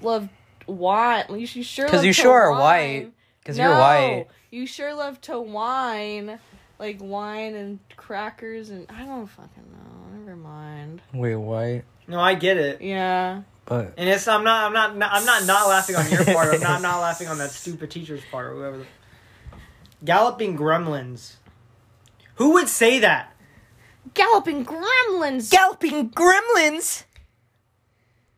[SPEAKER 2] love wine. You, you sure.
[SPEAKER 1] 'Cause
[SPEAKER 2] love
[SPEAKER 1] you
[SPEAKER 2] to
[SPEAKER 1] sure are
[SPEAKER 2] wine.
[SPEAKER 1] white. Because you're
[SPEAKER 2] No,
[SPEAKER 1] white.
[SPEAKER 2] You sure love to wine, like wine and crackers and I don't fucking know. Never mind.
[SPEAKER 1] Wait, white.
[SPEAKER 3] No, I get it.
[SPEAKER 2] Yeah.
[SPEAKER 1] But
[SPEAKER 3] And it's I'm not I'm not, not I'm not not laughing on your part. I'm not not laughing on that stupid teacher's part or whoever. The... Galloping gremlins. Who would say that?
[SPEAKER 2] Galloping gremlins.
[SPEAKER 1] galloping gremlins.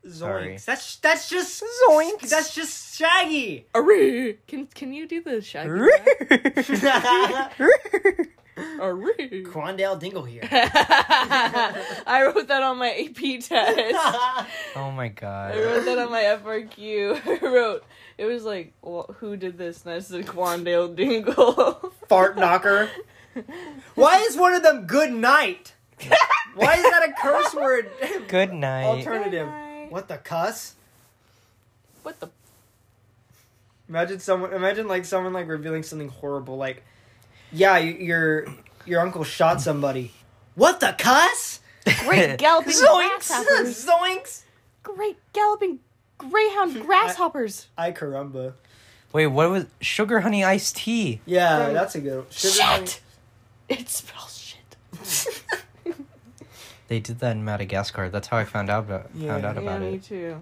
[SPEAKER 3] Zoinks.
[SPEAKER 1] Sorry.
[SPEAKER 3] That's that's just
[SPEAKER 1] Zoinks.
[SPEAKER 3] That's just Shaggy.
[SPEAKER 1] [LAUGHS]
[SPEAKER 2] Arrgh. Can can you do the shaggy?
[SPEAKER 1] Rrrr.
[SPEAKER 3] Shaggy
[SPEAKER 1] Rrrr.
[SPEAKER 2] Aree.
[SPEAKER 3] Quandale Dingle here.
[SPEAKER 2] [LAUGHS] I wrote that on my AP test.
[SPEAKER 1] [LAUGHS] Oh my
[SPEAKER 2] I
[SPEAKER 1] [LAUGHS] god.
[SPEAKER 2] wrote that on my FRQ. [LAUGHS] I wrote it was like, well, who did this? And I said Quandale Dingle.
[SPEAKER 3] [LAUGHS] Fart knocker. Why is one of them good night? Why is that a curse word? [LAUGHS]
[SPEAKER 1] Good night. [LAUGHS]
[SPEAKER 3] Alternative.
[SPEAKER 2] Night.
[SPEAKER 3] What the cuss?
[SPEAKER 2] what the?
[SPEAKER 3] Imagine someone. Imagine like someone like revealing something horrible. Like, yeah, y- your your uncle shot somebody. What the cuss?
[SPEAKER 1] [LAUGHS]
[SPEAKER 2] Great galloping grasshoppers.
[SPEAKER 3] Zoinks! [LAUGHS] Zoinks!
[SPEAKER 2] Great galloping [LAUGHS] greyhound grasshoppers.
[SPEAKER 3] I caramba.
[SPEAKER 1] Wait, what was sugar honey iced tea?
[SPEAKER 3] Yeah,
[SPEAKER 2] Right.
[SPEAKER 3] that's a good one. Sugar
[SPEAKER 2] shit. It smells shit.
[SPEAKER 1] They did that in Madagascar. That's how I found out about
[SPEAKER 3] Yeah.
[SPEAKER 1] found out
[SPEAKER 2] yeah,
[SPEAKER 1] about
[SPEAKER 2] me
[SPEAKER 1] it.
[SPEAKER 2] too.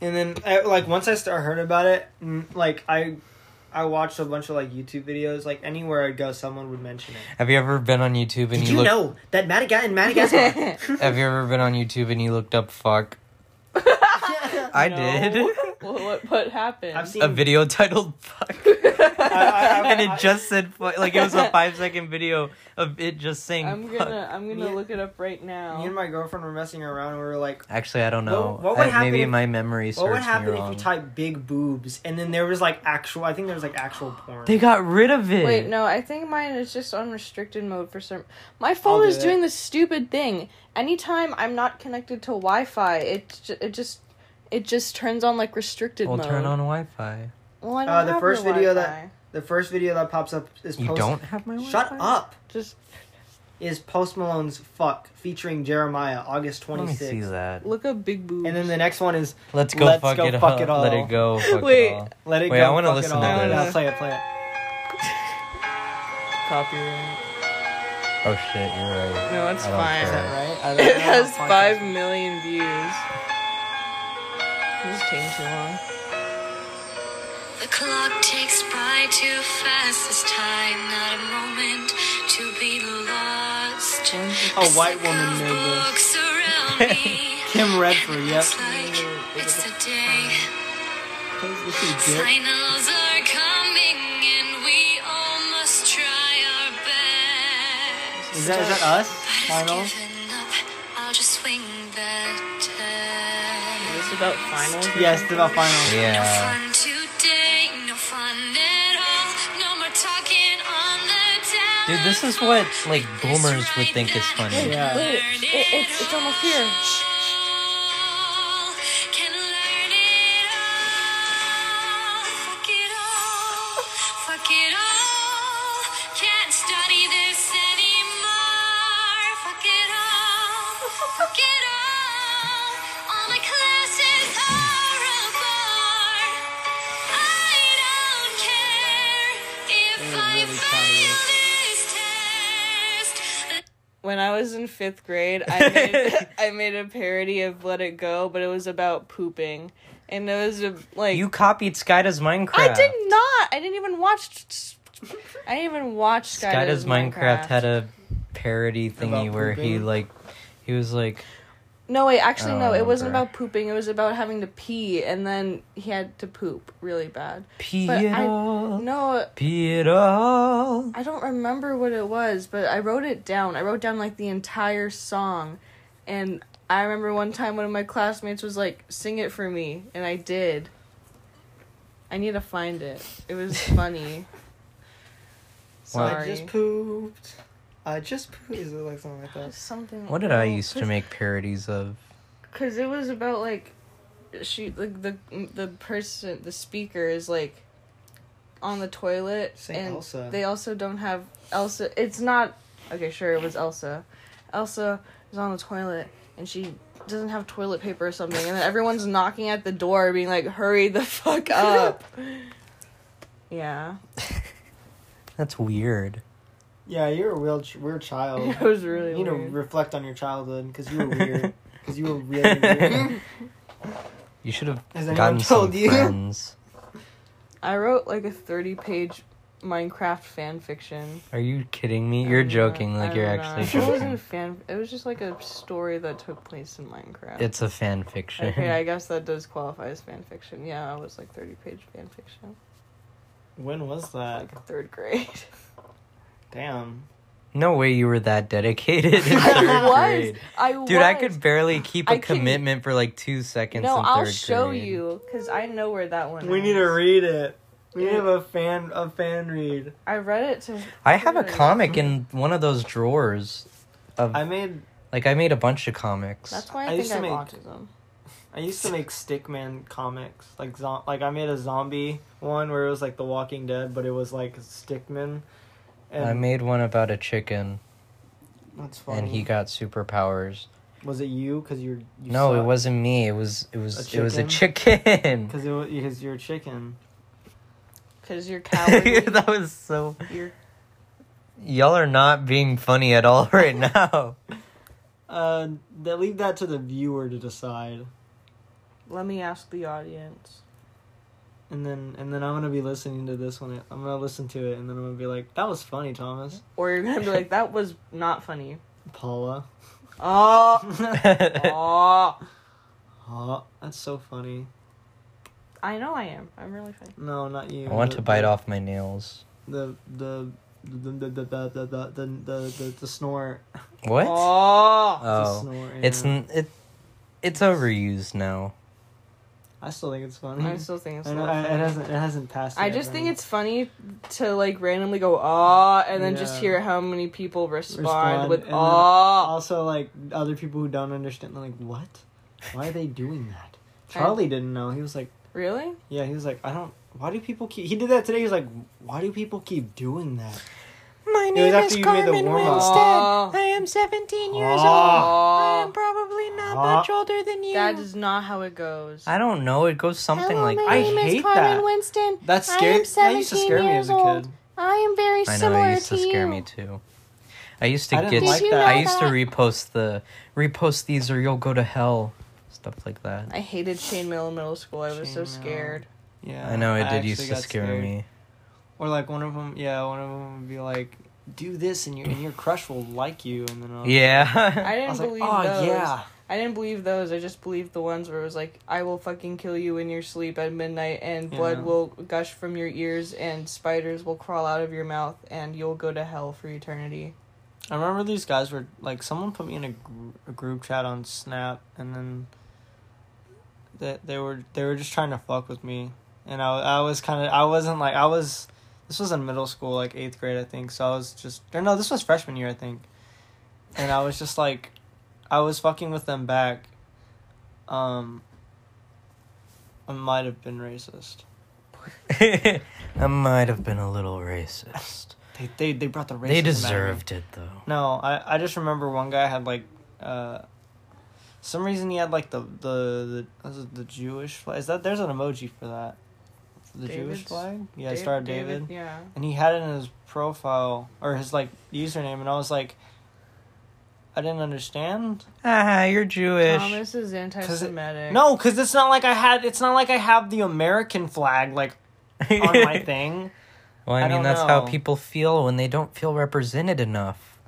[SPEAKER 3] and then I, like once I start heard about it, mm, like I, I watched a bunch of like YouTube videos. Like anywhere I'd go, someone would mention it.
[SPEAKER 1] Have you ever been on YouTube and
[SPEAKER 3] Did
[SPEAKER 1] you,
[SPEAKER 3] you
[SPEAKER 1] look
[SPEAKER 3] know that Madagascar
[SPEAKER 2] [LAUGHS]
[SPEAKER 3] in Madagascar? [LAUGHS]
[SPEAKER 1] Have you ever been on YouTube and you looked up fuck? I
[SPEAKER 2] No.
[SPEAKER 1] did.
[SPEAKER 2] What, what, what happened? [LAUGHS]
[SPEAKER 3] I've seen
[SPEAKER 1] A video [LAUGHS] titled
[SPEAKER 3] [LAUGHS]
[SPEAKER 1] fuck.
[SPEAKER 3] I- I-
[SPEAKER 1] and it just said fuck. Like it was
[SPEAKER 3] [LAUGHS]
[SPEAKER 1] a 5 second video of it just saying
[SPEAKER 2] I'm
[SPEAKER 1] fuck.
[SPEAKER 2] gonna I'm gonna
[SPEAKER 3] Me-
[SPEAKER 2] look it up right now.
[SPEAKER 3] Me and my girlfriend were messing around, and we were like,
[SPEAKER 1] Actually, I don't know.
[SPEAKER 3] What- what would
[SPEAKER 1] I- maybe
[SPEAKER 3] happen if-
[SPEAKER 1] my memory serves
[SPEAKER 3] "What would happen
[SPEAKER 1] me
[SPEAKER 3] if
[SPEAKER 1] wrong.
[SPEAKER 3] you type big boobs?" And then there was like actual. I think there was like actual porn.
[SPEAKER 1] they got rid of it.
[SPEAKER 2] Wait, no, I think mine is just on restricted mode for some. My phone
[SPEAKER 3] do
[SPEAKER 2] is
[SPEAKER 3] that.
[SPEAKER 2] doing this stupid thing. Anytime I'm not connected to Wi-Fi, it ju- it just it just turns on like restricted
[SPEAKER 1] We'll
[SPEAKER 2] mode.
[SPEAKER 1] turn on Wi-Fi.
[SPEAKER 2] Well, I don't
[SPEAKER 3] Uh, the
[SPEAKER 2] have
[SPEAKER 3] first
[SPEAKER 2] your
[SPEAKER 3] video
[SPEAKER 2] Wi-Fi.
[SPEAKER 3] the first video that pops up is
[SPEAKER 1] You
[SPEAKER 3] post-
[SPEAKER 1] don't have my Wi-Fi.
[SPEAKER 3] Shut up.
[SPEAKER 2] just
[SPEAKER 3] Is Post Malone's "Fuck" featuring Jeremiah, August
[SPEAKER 1] Let
[SPEAKER 3] twenty
[SPEAKER 1] me see
[SPEAKER 3] sixth.
[SPEAKER 1] that.
[SPEAKER 2] look up big boobs.
[SPEAKER 3] And then the next one is
[SPEAKER 1] Let's go
[SPEAKER 3] Let's
[SPEAKER 1] fuck,
[SPEAKER 3] go
[SPEAKER 1] it,
[SPEAKER 3] fuck
[SPEAKER 1] up.
[SPEAKER 3] it all.
[SPEAKER 1] Let it go. Fuck
[SPEAKER 2] Wait.
[SPEAKER 1] It all.
[SPEAKER 3] "Let It
[SPEAKER 1] Wait,
[SPEAKER 3] Go."
[SPEAKER 1] I wanna
[SPEAKER 3] Fuck It
[SPEAKER 1] listen
[SPEAKER 3] All.
[SPEAKER 1] to
[SPEAKER 3] No,
[SPEAKER 2] this.
[SPEAKER 3] play it, play it.
[SPEAKER 2] copyright.
[SPEAKER 1] Oh shit, you're right.
[SPEAKER 2] No, it's
[SPEAKER 1] I don't
[SPEAKER 2] fine.
[SPEAKER 3] Is
[SPEAKER 1] care.
[SPEAKER 3] that right? I don't
[SPEAKER 2] It
[SPEAKER 3] know.
[SPEAKER 2] has
[SPEAKER 3] Podcast.
[SPEAKER 2] five million views. This is taking too long.
[SPEAKER 4] The clock takes by too fast this time, not a moment to be lost.
[SPEAKER 3] A white woman made this.
[SPEAKER 4] Books around me.
[SPEAKER 3] Kim Redford. Yep.
[SPEAKER 4] It's like it's the day.
[SPEAKER 3] This is dick.
[SPEAKER 4] Finals are coming, and we all must try our best.
[SPEAKER 3] Is that, is that us?
[SPEAKER 4] But
[SPEAKER 3] Final.
[SPEAKER 4] if given up, I'll just swing the
[SPEAKER 2] Is
[SPEAKER 4] test.
[SPEAKER 2] this about finals?
[SPEAKER 3] Yes, it's about final.
[SPEAKER 4] No
[SPEAKER 1] Yeah.
[SPEAKER 4] fun today, no fun at all. No more talking on the telephone.
[SPEAKER 1] Dude, this is what like boomers would think is funny.
[SPEAKER 3] Yeah.
[SPEAKER 2] Wait, it, it's it's almost here.
[SPEAKER 4] all, can learn it all. Fuck it all, fuck it all. Can't study this anymore. Fuck it all, fuck it all. All my classes are a bore. I don't care if
[SPEAKER 3] They were
[SPEAKER 4] I
[SPEAKER 3] really proud of
[SPEAKER 4] fail
[SPEAKER 3] this.
[SPEAKER 4] this test.
[SPEAKER 2] When I was in fifth grade, [LAUGHS] I made, I made a parody of Let It Go, but it was about pooping, and it was a, like
[SPEAKER 1] You copied Skyda's Minecraft.
[SPEAKER 2] I did not. I didn't even watch. I didn't even watch
[SPEAKER 1] Skyda's
[SPEAKER 2] Skyda's,
[SPEAKER 1] Minecraft, had
[SPEAKER 2] a.
[SPEAKER 1] a parody thingy
[SPEAKER 3] About
[SPEAKER 1] where he
[SPEAKER 3] pooping?
[SPEAKER 1] like he was like
[SPEAKER 2] No wait, actually
[SPEAKER 1] I
[SPEAKER 2] no.
[SPEAKER 1] don't
[SPEAKER 2] It wasn't
[SPEAKER 1] remember.
[SPEAKER 2] about pooping. It was about having to pee, and then he had to poop really bad.
[SPEAKER 1] pee
[SPEAKER 2] But
[SPEAKER 1] it
[SPEAKER 2] I-
[SPEAKER 1] all,
[SPEAKER 2] No,
[SPEAKER 1] pee it all.
[SPEAKER 2] I don't remember what it was, but I wrote it down. I wrote down like the entire song. And I remember one time one of my classmates was like, sing it for me. And I did. I need to find it.
[SPEAKER 1] [LAUGHS]
[SPEAKER 2] It was funny.
[SPEAKER 3] I
[SPEAKER 2] Sorry.
[SPEAKER 3] just pooped. I just pooped. Is it like something like that?
[SPEAKER 2] Something
[SPEAKER 1] What did I used to make parodies of?
[SPEAKER 2] Because it was about like, she, like the, the person, the speaker is like on the toilet.
[SPEAKER 3] Saint
[SPEAKER 2] and
[SPEAKER 3] Elsa.
[SPEAKER 2] They also don't have Elsa. It's not okay. Sure, it was Elsa. Elsa is on the toilet and she doesn't have toilet paper or something, and then everyone's knocking at the door, being like, "Hurry the
[SPEAKER 3] [LAUGHS]
[SPEAKER 2] fuck up!" yeah, [LAUGHS]
[SPEAKER 1] That's weird.
[SPEAKER 3] Yeah, you're a weird, weird [LAUGHS] child.
[SPEAKER 2] it was really
[SPEAKER 3] you need to
[SPEAKER 2] weird.
[SPEAKER 3] reflect on your childhood
[SPEAKER 1] [LAUGHS]
[SPEAKER 3] because you were weird. Because you were really weird.
[SPEAKER 1] You should have
[SPEAKER 3] Has anyone
[SPEAKER 1] gotten
[SPEAKER 3] told
[SPEAKER 1] some
[SPEAKER 3] you?
[SPEAKER 1] friends.
[SPEAKER 2] I wrote like a thirty-page Minecraft fan fiction.
[SPEAKER 1] Are you kidding me? [LAUGHS] You're
[SPEAKER 2] I don't
[SPEAKER 1] joking.
[SPEAKER 2] know.
[SPEAKER 1] Like
[SPEAKER 2] I
[SPEAKER 1] you're
[SPEAKER 2] don't know.
[SPEAKER 1] actually
[SPEAKER 2] It wasn't
[SPEAKER 1] joking.
[SPEAKER 2] fan. It was just like a story that took place in
[SPEAKER 1] [LAUGHS]
[SPEAKER 2] Minecraft.
[SPEAKER 1] It's a fan fiction.
[SPEAKER 2] okay. I guess that does qualify as fan fiction. Yeah, it was like thirty-page fan fiction.
[SPEAKER 3] when was that?
[SPEAKER 2] like third grade.
[SPEAKER 3] Damn.
[SPEAKER 1] No way you were that dedicated. In [LAUGHS]
[SPEAKER 2] [LAUGHS]
[SPEAKER 1] third
[SPEAKER 2] I was.
[SPEAKER 1] grade.
[SPEAKER 2] I was.
[SPEAKER 1] Dude, I could barely keep a
[SPEAKER 2] I can-
[SPEAKER 1] commitment for like two seconds.
[SPEAKER 2] No,
[SPEAKER 1] in
[SPEAKER 2] I'll
[SPEAKER 1] third
[SPEAKER 2] show
[SPEAKER 1] grade.
[SPEAKER 2] you because I know where that one.
[SPEAKER 3] We
[SPEAKER 2] is.
[SPEAKER 3] need to read it. We need
[SPEAKER 2] Yeah.
[SPEAKER 3] to have a fan a fan read.
[SPEAKER 2] I read it to.
[SPEAKER 1] I have a
[SPEAKER 2] Really?
[SPEAKER 1] comic in one of those drawers. Of
[SPEAKER 3] I made
[SPEAKER 1] like, I made a bunch of comics.
[SPEAKER 2] That's why
[SPEAKER 3] I
[SPEAKER 2] I, think
[SPEAKER 3] used
[SPEAKER 2] I
[SPEAKER 3] to
[SPEAKER 2] have
[SPEAKER 3] make-
[SPEAKER 2] autism.
[SPEAKER 3] I used to make Stickman comics like zo- like I made a zombie one where it was like The Walking Dead, but it was like Stickman. And
[SPEAKER 1] I made one about a chicken,
[SPEAKER 3] that's funny.
[SPEAKER 1] and he got superpowers.
[SPEAKER 3] was it you because you're you
[SPEAKER 1] no, it wasn't me. It was it was
[SPEAKER 3] A
[SPEAKER 1] it was a
[SPEAKER 3] [LAUGHS]
[SPEAKER 1] chicken.
[SPEAKER 3] because it was because you're a chicken.
[SPEAKER 2] Because
[SPEAKER 1] [LAUGHS]
[SPEAKER 2] you're cowardly.
[SPEAKER 1] that was so.
[SPEAKER 2] you're
[SPEAKER 1] Y'all are not being funny at all [LAUGHS] right now.
[SPEAKER 3] Uh, that leave that to the viewer to decide,
[SPEAKER 2] Let me ask the audience.
[SPEAKER 3] and then and then I'm gonna be listening to this one. I'm gonna listen to it, and then I'm gonna be like, "That was funny, Thomas,
[SPEAKER 2] Or you're gonna be like, that was not
[SPEAKER 3] [LAUGHS]
[SPEAKER 2] funny.
[SPEAKER 3] Paula."
[SPEAKER 2] Oh,
[SPEAKER 1] [LAUGHS] I
[SPEAKER 2] oh.
[SPEAKER 3] Oh, that's so funny.
[SPEAKER 2] I know I am. I'm really funny.
[SPEAKER 3] No, not you.
[SPEAKER 1] want to
[SPEAKER 3] The-
[SPEAKER 1] bite off my nails.
[SPEAKER 3] the the the the the the the the the, the, the snort.
[SPEAKER 1] What?
[SPEAKER 2] Oh.
[SPEAKER 3] The
[SPEAKER 1] oh,
[SPEAKER 3] snort,
[SPEAKER 1] it's
[SPEAKER 3] yeah.
[SPEAKER 1] n- it, it's overused now.
[SPEAKER 3] I still think it's funny.
[SPEAKER 2] I still think it's.
[SPEAKER 3] I
[SPEAKER 2] a
[SPEAKER 3] know,
[SPEAKER 2] little
[SPEAKER 3] mm-hmm. I- it
[SPEAKER 2] funny.
[SPEAKER 3] hasn't it hasn't passed.
[SPEAKER 2] I
[SPEAKER 3] yet,
[SPEAKER 2] just
[SPEAKER 3] right?
[SPEAKER 2] think it's funny to like randomly go ah and then just
[SPEAKER 3] Yeah.
[SPEAKER 2] hear how many people respond,
[SPEAKER 3] Respond,
[SPEAKER 2] with
[SPEAKER 3] and then
[SPEAKER 2] ah.
[SPEAKER 3] also like other people who don't understand. They're like, what? Why are they doing that?
[SPEAKER 2] I-
[SPEAKER 3] Charlie didn't know. He was like,
[SPEAKER 2] Really?
[SPEAKER 3] yeah. He was like, I don't. Why do people keep? He did that today. He was like, why do people keep doing that?
[SPEAKER 1] My
[SPEAKER 3] name after is you made the Carmen warm-up. Winstead.
[SPEAKER 2] Aw. I
[SPEAKER 1] am 17
[SPEAKER 3] years old.
[SPEAKER 2] Aw.
[SPEAKER 1] probably not
[SPEAKER 3] Aw. much
[SPEAKER 1] older than you.
[SPEAKER 2] That is not how it goes.
[SPEAKER 1] I don't know. It goes something like
[SPEAKER 3] I hate that.
[SPEAKER 5] Winston.
[SPEAKER 3] That's
[SPEAKER 5] I am
[SPEAKER 3] scary. That used
[SPEAKER 5] 17
[SPEAKER 3] to scare me
[SPEAKER 5] years
[SPEAKER 3] as a
[SPEAKER 5] old.
[SPEAKER 3] kid.
[SPEAKER 5] I am very
[SPEAKER 1] I know.
[SPEAKER 5] similar
[SPEAKER 1] It used to,
[SPEAKER 5] to, you.
[SPEAKER 1] scare me too. I used to
[SPEAKER 3] I didn't
[SPEAKER 1] get.
[SPEAKER 3] like Did you that.
[SPEAKER 1] I
[SPEAKER 5] know
[SPEAKER 1] used to
[SPEAKER 5] that?
[SPEAKER 1] repost the repost these or you'll go to hell. Stuff like that.
[SPEAKER 2] I hated chainmail in middle school. I was so
[SPEAKER 3] Chainmail. [LAUGHS]
[SPEAKER 2] scared.
[SPEAKER 3] Yeah,
[SPEAKER 1] I know it did
[SPEAKER 3] actually
[SPEAKER 1] used to
[SPEAKER 3] got
[SPEAKER 1] scare
[SPEAKER 3] scared.
[SPEAKER 1] me.
[SPEAKER 3] Or like one of them, yeah, one of them would be like, "Do this, and your and your crush will like you," and then I'll,
[SPEAKER 2] I
[SPEAKER 1] Yeah.
[SPEAKER 3] I
[SPEAKER 2] didn't
[SPEAKER 3] was like,
[SPEAKER 2] believe
[SPEAKER 3] "Oh
[SPEAKER 2] those.
[SPEAKER 3] yeah,
[SPEAKER 2] I didn't believe those. I just believed the ones where it was like, I will fucking kill you in your sleep at midnight, and blood
[SPEAKER 3] Yeah.
[SPEAKER 2] will gush from your ears, and spiders will crawl out of your mouth, and you'll go to hell for eternity.
[SPEAKER 3] I remember these guys were like, someone put me in a, gr- a group chat on Snap, and then that they were they were just trying to fuck with me, and I I was kind of I wasn't like I was this was in middle school like eighth grade I think so I was just or no this was freshman year I think, and I was just like, I was fucking with them back, um. I might have been racist.
[SPEAKER 1] [LAUGHS] I might have been a little racist.
[SPEAKER 3] They they they brought the racism.
[SPEAKER 1] They
[SPEAKER 3] out of me.
[SPEAKER 1] deserved it though.
[SPEAKER 3] No, I, I just remember one guy had like, uh, some reason he had like the the the was it the Jewish flag. Is that there's an emoji for that? For the Jewish
[SPEAKER 2] David's-
[SPEAKER 3] flag. Yeah,
[SPEAKER 2] Dave-
[SPEAKER 3] Star of David.
[SPEAKER 2] Yeah.
[SPEAKER 3] And he had it in his profile or his like username, and I was like, I didn't understand.
[SPEAKER 1] Ah, you're Jewish.
[SPEAKER 2] [LAUGHS] Thomas is anti-Semitic.
[SPEAKER 3] No, because it's not like I had. It's not like I have the American flag like on
[SPEAKER 2] [LAUGHS]
[SPEAKER 3] my thing.
[SPEAKER 1] Well, I,
[SPEAKER 3] I
[SPEAKER 1] mean,
[SPEAKER 3] don't
[SPEAKER 1] that's how
[SPEAKER 3] know.
[SPEAKER 1] people feel when they don't feel represented enough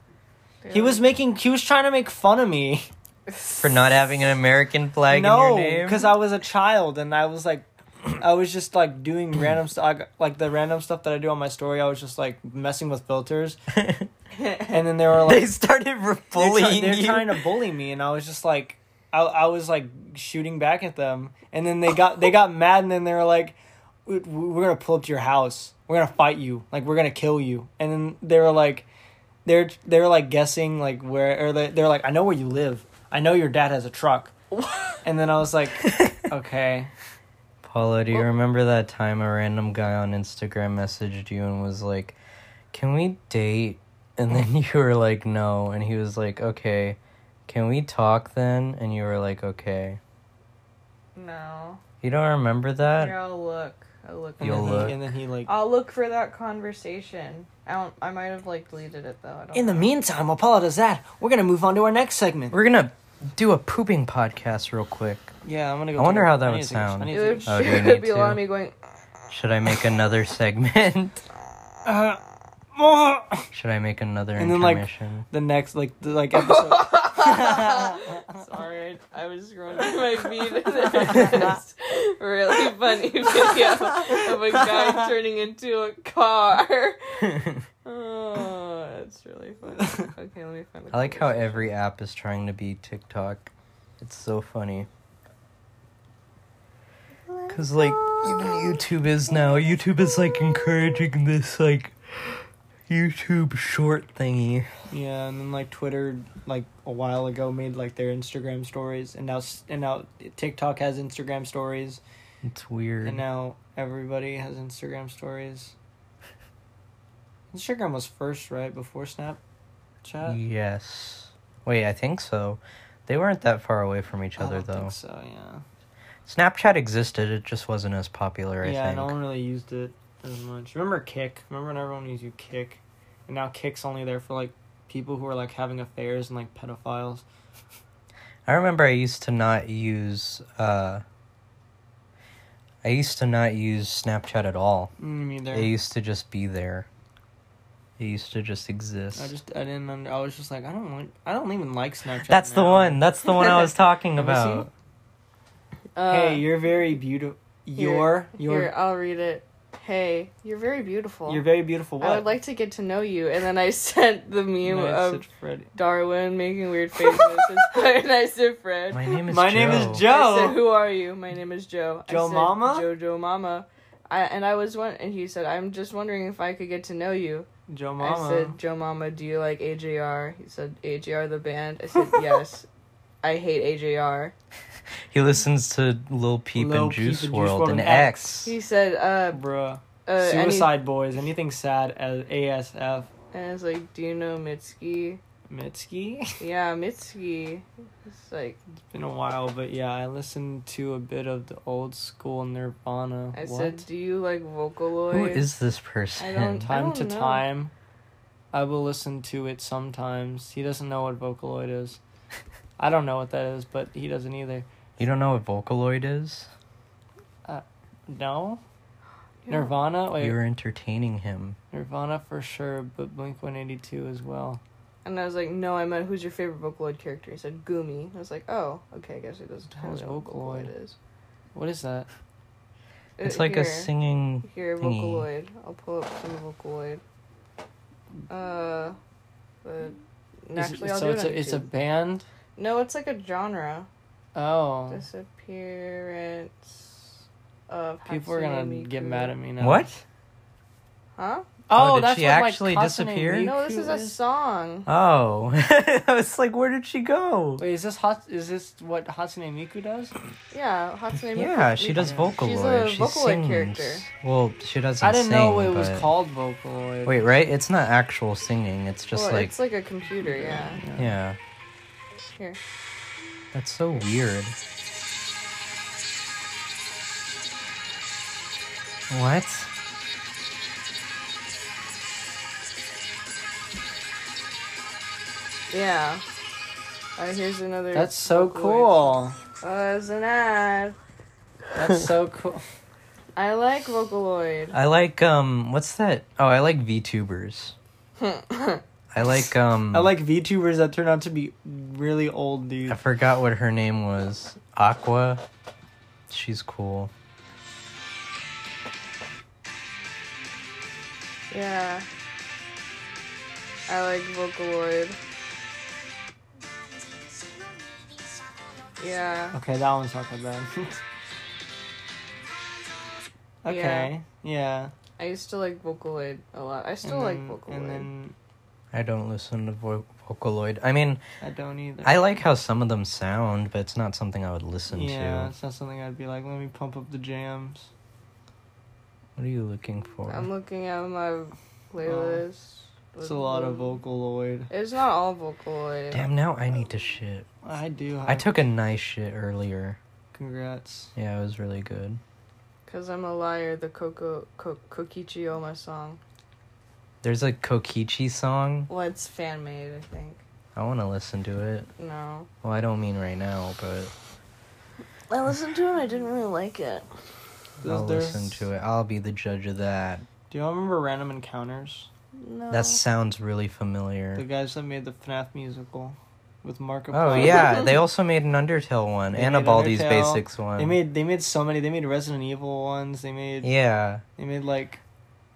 [SPEAKER 2] [LAUGHS]
[SPEAKER 3] He was making. He was trying to make fun of me. [LAUGHS]
[SPEAKER 1] for not having an American flag in
[SPEAKER 3] no,
[SPEAKER 1] your name. [LAUGHS]
[SPEAKER 3] because I was a child and I was like, [CLEARS THROAT] I was just like doing random stuff, like the random stuff that I do on my story. I was just like messing with filters, and then they were
[SPEAKER 1] they
[SPEAKER 3] like
[SPEAKER 1] started re-
[SPEAKER 3] they're try-
[SPEAKER 1] bullying
[SPEAKER 3] They're
[SPEAKER 1] you.
[SPEAKER 3] trying to bully me, and I was just like, I I was like shooting back at them, and then they got they got mad, and then they were like, we, we're gonna pull up to your house, we're gonna fight you, like we're gonna kill you, and then they were like, they're they're like guessing like where or they they're like, I know where you live, I know your dad has a truck, and then I was like, okay.
[SPEAKER 1] Paula, do you remember that time a random guy on Instagram messaged you and was like, "Can we date?" And then [LAUGHS] you were like, "No," and he was like, "Okay." Can we talk then? And you were like, "Okay."
[SPEAKER 2] No.
[SPEAKER 1] You don't remember that?
[SPEAKER 2] Here, I'll look. I'll look.
[SPEAKER 3] And
[SPEAKER 1] You'll
[SPEAKER 3] then he-
[SPEAKER 1] look.
[SPEAKER 3] and then he like.
[SPEAKER 2] I'll look for that conversation. I don't. I might have like deleted it though. I don't.
[SPEAKER 3] In the
[SPEAKER 2] know.
[SPEAKER 3] meantime, while Paula does that, we're gonna move on to our next segment.
[SPEAKER 1] We're gonna do a pooping podcast real quick.
[SPEAKER 3] Yeah, I'm gonna. Go
[SPEAKER 1] I wonder
[SPEAKER 3] take a-
[SPEAKER 1] how that
[SPEAKER 3] I
[SPEAKER 1] would
[SPEAKER 3] need to take a- I
[SPEAKER 1] sound.
[SPEAKER 3] need
[SPEAKER 2] [LAUGHS] it
[SPEAKER 3] to
[SPEAKER 2] would
[SPEAKER 3] take a-
[SPEAKER 1] Oh, do
[SPEAKER 2] sure
[SPEAKER 1] you need
[SPEAKER 2] be a lot
[SPEAKER 1] to?
[SPEAKER 2] of me going.
[SPEAKER 1] Should I make another [LAUGHS] segment?
[SPEAKER 3] Uh, oh.
[SPEAKER 1] Should I make another
[SPEAKER 3] And then, like-
[SPEAKER 1] intermission?
[SPEAKER 3] [LAUGHS] the next like the, like episode. [LAUGHS]
[SPEAKER 2] Sorry, I was scrolling through my feed and there's this really funny video of a guy turning into a car. [LAUGHS] Oh. That's really funny. okay, let me find. a
[SPEAKER 1] I like how
[SPEAKER 2] conversation.
[SPEAKER 1] every app is trying to be TikTok. It's so funny. Cause like even YouTube is now. YouTube is like encouraging this like YouTube short thingy.
[SPEAKER 3] Yeah, and then like Twitter, like a while ago, made like their Instagram stories, and now s- and now TikTok has Instagram stories,
[SPEAKER 1] It's weird.
[SPEAKER 3] and now everybody has Instagram stories. Instagram was first, right before Snapchat.
[SPEAKER 1] yes. Wait, I think so. They weren't that far away from each
[SPEAKER 3] Oh, I
[SPEAKER 1] other
[SPEAKER 3] don't
[SPEAKER 1] though.
[SPEAKER 3] think so yeah.
[SPEAKER 1] Snapchat existed. It just wasn't as popular. I
[SPEAKER 3] yeah,
[SPEAKER 1] think.
[SPEAKER 3] no one really used it as much. Remember Kick? Remember when everyone used you Kick, and now Kick's only there for like people who are like having affairs and like pedophiles.
[SPEAKER 1] I remember I used to not use uh I used to not use Snapchat at all.
[SPEAKER 3] Mm, Me either.
[SPEAKER 1] It used to just be there. It used to just exist.
[SPEAKER 3] I just I didn't under, I was just like I don't like I don't even like Snapchat.
[SPEAKER 1] That's the
[SPEAKER 3] now.
[SPEAKER 1] one. That's the one I
[SPEAKER 3] [LAUGHS]
[SPEAKER 1] was talking
[SPEAKER 3] Have you seen
[SPEAKER 1] about.
[SPEAKER 2] Uh,
[SPEAKER 3] Hey, you're very beautiful.
[SPEAKER 2] here-
[SPEAKER 3] You're you're
[SPEAKER 2] here, I'll read it. Hey, you're very beautiful.
[SPEAKER 3] you're very beautiful. What?
[SPEAKER 2] I would like to get to know you, and then I [LAUGHS] sent the meme
[SPEAKER 3] Nice
[SPEAKER 2] of
[SPEAKER 3] at Freddy.
[SPEAKER 2] Darwin making weird faces. [LAUGHS] it's quite nice to Fred.
[SPEAKER 1] My name is
[SPEAKER 3] My
[SPEAKER 1] Joe.
[SPEAKER 3] name is
[SPEAKER 2] I said,
[SPEAKER 3] Joe.
[SPEAKER 2] "Who are you? My name is Joe." I
[SPEAKER 3] Joe
[SPEAKER 2] said,
[SPEAKER 3] Mama?
[SPEAKER 2] Joe Joe Mama. I, and I was one, and he said, "I'm just wondering if I could get to know you."
[SPEAKER 3] Joe
[SPEAKER 2] I
[SPEAKER 3] Mama.
[SPEAKER 2] said, "Joe Mama, do you like AJR?" He said, "AJR the band." I
[SPEAKER 3] [LAUGHS]
[SPEAKER 2] said, "Yes." I hate AJR.
[SPEAKER 1] He listens to Lil Peep
[SPEAKER 3] Lil
[SPEAKER 1] and
[SPEAKER 3] Peep
[SPEAKER 1] Juice
[SPEAKER 3] and Juice
[SPEAKER 1] World
[SPEAKER 3] WRLD
[SPEAKER 1] and
[SPEAKER 3] and
[SPEAKER 1] X.
[SPEAKER 2] He said, "Uh,
[SPEAKER 3] Bruh.
[SPEAKER 2] uh any-
[SPEAKER 3] Suicide Boys. Anything sad uh, as ASF.
[SPEAKER 2] And I was like, "Do you know Mitski?"
[SPEAKER 3] Mitski. [LAUGHS]
[SPEAKER 2] Yeah, Mitski. It's like
[SPEAKER 3] been a while, but yeah, I listened to a bit of the old school Nirvana.
[SPEAKER 2] I
[SPEAKER 3] What?
[SPEAKER 2] said, "Do you like Vocaloid?"
[SPEAKER 1] Who is this person?
[SPEAKER 2] don't-
[SPEAKER 3] time
[SPEAKER 2] don't
[SPEAKER 3] to
[SPEAKER 2] know.
[SPEAKER 3] time. I will listen to it sometimes. He doesn't know what Vocaloid is. [LAUGHS] I don't know what that is, but he doesn't either.
[SPEAKER 1] You don't know what Vocaloid is?
[SPEAKER 3] No?
[SPEAKER 2] Yeah.
[SPEAKER 3] Nirvana? Wait,
[SPEAKER 1] You're entertaining him.
[SPEAKER 3] Nirvana for sure, but Blink 182 as well.
[SPEAKER 2] And I was like, no, I meant who's your favorite Vocaloid character? He said Gumi. I was like, oh, okay, I guess it doesn't
[SPEAKER 3] hell is
[SPEAKER 2] tell what Vocaloid
[SPEAKER 3] Vocaloid?
[SPEAKER 2] is.
[SPEAKER 3] What is that?
[SPEAKER 1] It's
[SPEAKER 2] Uh,
[SPEAKER 1] like
[SPEAKER 2] here,
[SPEAKER 1] a singing.
[SPEAKER 2] Here,
[SPEAKER 1] thingy.
[SPEAKER 2] Vocaloid. I'll pull up some Vocaloid. Uh, but
[SPEAKER 3] Is it-
[SPEAKER 2] actually, I'll
[SPEAKER 3] so
[SPEAKER 2] do
[SPEAKER 3] it's
[SPEAKER 2] it on
[SPEAKER 3] a, it's a
[SPEAKER 2] YouTube.
[SPEAKER 3] band?
[SPEAKER 2] No, it's like a genre.
[SPEAKER 3] Oh.
[SPEAKER 2] Disappearance of
[SPEAKER 3] People are gonna
[SPEAKER 2] Hatsune
[SPEAKER 3] get
[SPEAKER 2] Miku.
[SPEAKER 3] mad at me now.
[SPEAKER 1] What?
[SPEAKER 2] Huh?
[SPEAKER 1] Oh,
[SPEAKER 3] Oh,
[SPEAKER 1] did
[SPEAKER 3] that's
[SPEAKER 1] she
[SPEAKER 3] what, like,
[SPEAKER 1] actually
[SPEAKER 3] Kasane
[SPEAKER 1] disappear?
[SPEAKER 3] Miku
[SPEAKER 2] No, this is a song.
[SPEAKER 1] Oh. [LAUGHS] I was like, where did she go?
[SPEAKER 3] Wait, is this hot? Is this what Hatsune Miku does?
[SPEAKER 2] Yeah, Hatsune Miku.
[SPEAKER 1] Yeah, she does
[SPEAKER 3] Yeah.
[SPEAKER 1] Vocaloid.
[SPEAKER 2] She's a
[SPEAKER 1] she
[SPEAKER 2] Vocaloid
[SPEAKER 1] sings.
[SPEAKER 2] character.
[SPEAKER 1] Well, she doesn't.
[SPEAKER 3] I didn't
[SPEAKER 1] sing,
[SPEAKER 3] know it was
[SPEAKER 1] but-
[SPEAKER 3] called Vocaloid.
[SPEAKER 1] Wait, right? It's not actual singing. It's just
[SPEAKER 2] Well,
[SPEAKER 1] like,
[SPEAKER 2] it's like a computer, yeah.
[SPEAKER 1] yeah.
[SPEAKER 2] Here.
[SPEAKER 1] That's so weird. What?
[SPEAKER 2] Yeah. Uh, here's another.
[SPEAKER 3] That's so
[SPEAKER 2] Vocaloid.
[SPEAKER 3] cool.
[SPEAKER 2] Uh, it's an ad.
[SPEAKER 3] That's [LAUGHS] so cool.
[SPEAKER 2] I like Vocaloid.
[SPEAKER 1] I like um. What's that? Oh, I like VTubers. I like um.
[SPEAKER 3] I like VTubers that turn out to be really old
[SPEAKER 1] I
[SPEAKER 3] dudes.
[SPEAKER 1] forgot what her name was. Aqua. She's cool.
[SPEAKER 2] yeah. I like Vocaloid. Yeah.
[SPEAKER 3] Okay, that one's not that bad. [LAUGHS] okay, yeah.
[SPEAKER 2] I used to like Vocaloid a lot. I still
[SPEAKER 3] and
[SPEAKER 2] like
[SPEAKER 3] then,
[SPEAKER 2] Vocaloid.
[SPEAKER 3] And then
[SPEAKER 1] I don't listen to vo- Vocaloid. I mean,
[SPEAKER 3] I don't either.
[SPEAKER 1] I like how some of them sound, but it's not something I would listen
[SPEAKER 3] Yeah,
[SPEAKER 1] to.
[SPEAKER 3] it's not something I'd be like. Let me pump up the jams.
[SPEAKER 1] What are you looking for?
[SPEAKER 2] I'm looking at my playlist.
[SPEAKER 3] Oh, It's a lot of Vocaloid.
[SPEAKER 2] It's not all Vocaloid.
[SPEAKER 1] Damn, now I need to shit.
[SPEAKER 3] I do. Have,
[SPEAKER 1] I took a nice shit earlier.
[SPEAKER 3] Congrats.
[SPEAKER 1] Yeah, it was really good.
[SPEAKER 2] Cause I'm a liar. The Coco Co- Kokichi Oma song.
[SPEAKER 1] There's a Kokichi song.
[SPEAKER 2] Well, it's fan made, I think.
[SPEAKER 1] I want to listen to it.
[SPEAKER 2] No.
[SPEAKER 1] Well, I don't mean right now, but
[SPEAKER 2] I listened to it. I didn't really like it.
[SPEAKER 1] I'll listen to it. I'll be the judge of that.
[SPEAKER 3] Do y'all remember Random Encounters?
[SPEAKER 2] No.
[SPEAKER 1] That sounds really
[SPEAKER 3] The
[SPEAKER 1] familiar.
[SPEAKER 3] guys that made the FNAF musical with Markiplier.
[SPEAKER 1] Oh
[SPEAKER 3] [LAUGHS]
[SPEAKER 1] yeah, they also made an Undertale one
[SPEAKER 3] They
[SPEAKER 1] and a
[SPEAKER 3] made
[SPEAKER 1] Baldi's
[SPEAKER 3] Undertale.
[SPEAKER 1] Basics one.
[SPEAKER 3] They made they made so many. They made Resident Evil ones. They made
[SPEAKER 1] yeah.
[SPEAKER 3] they made like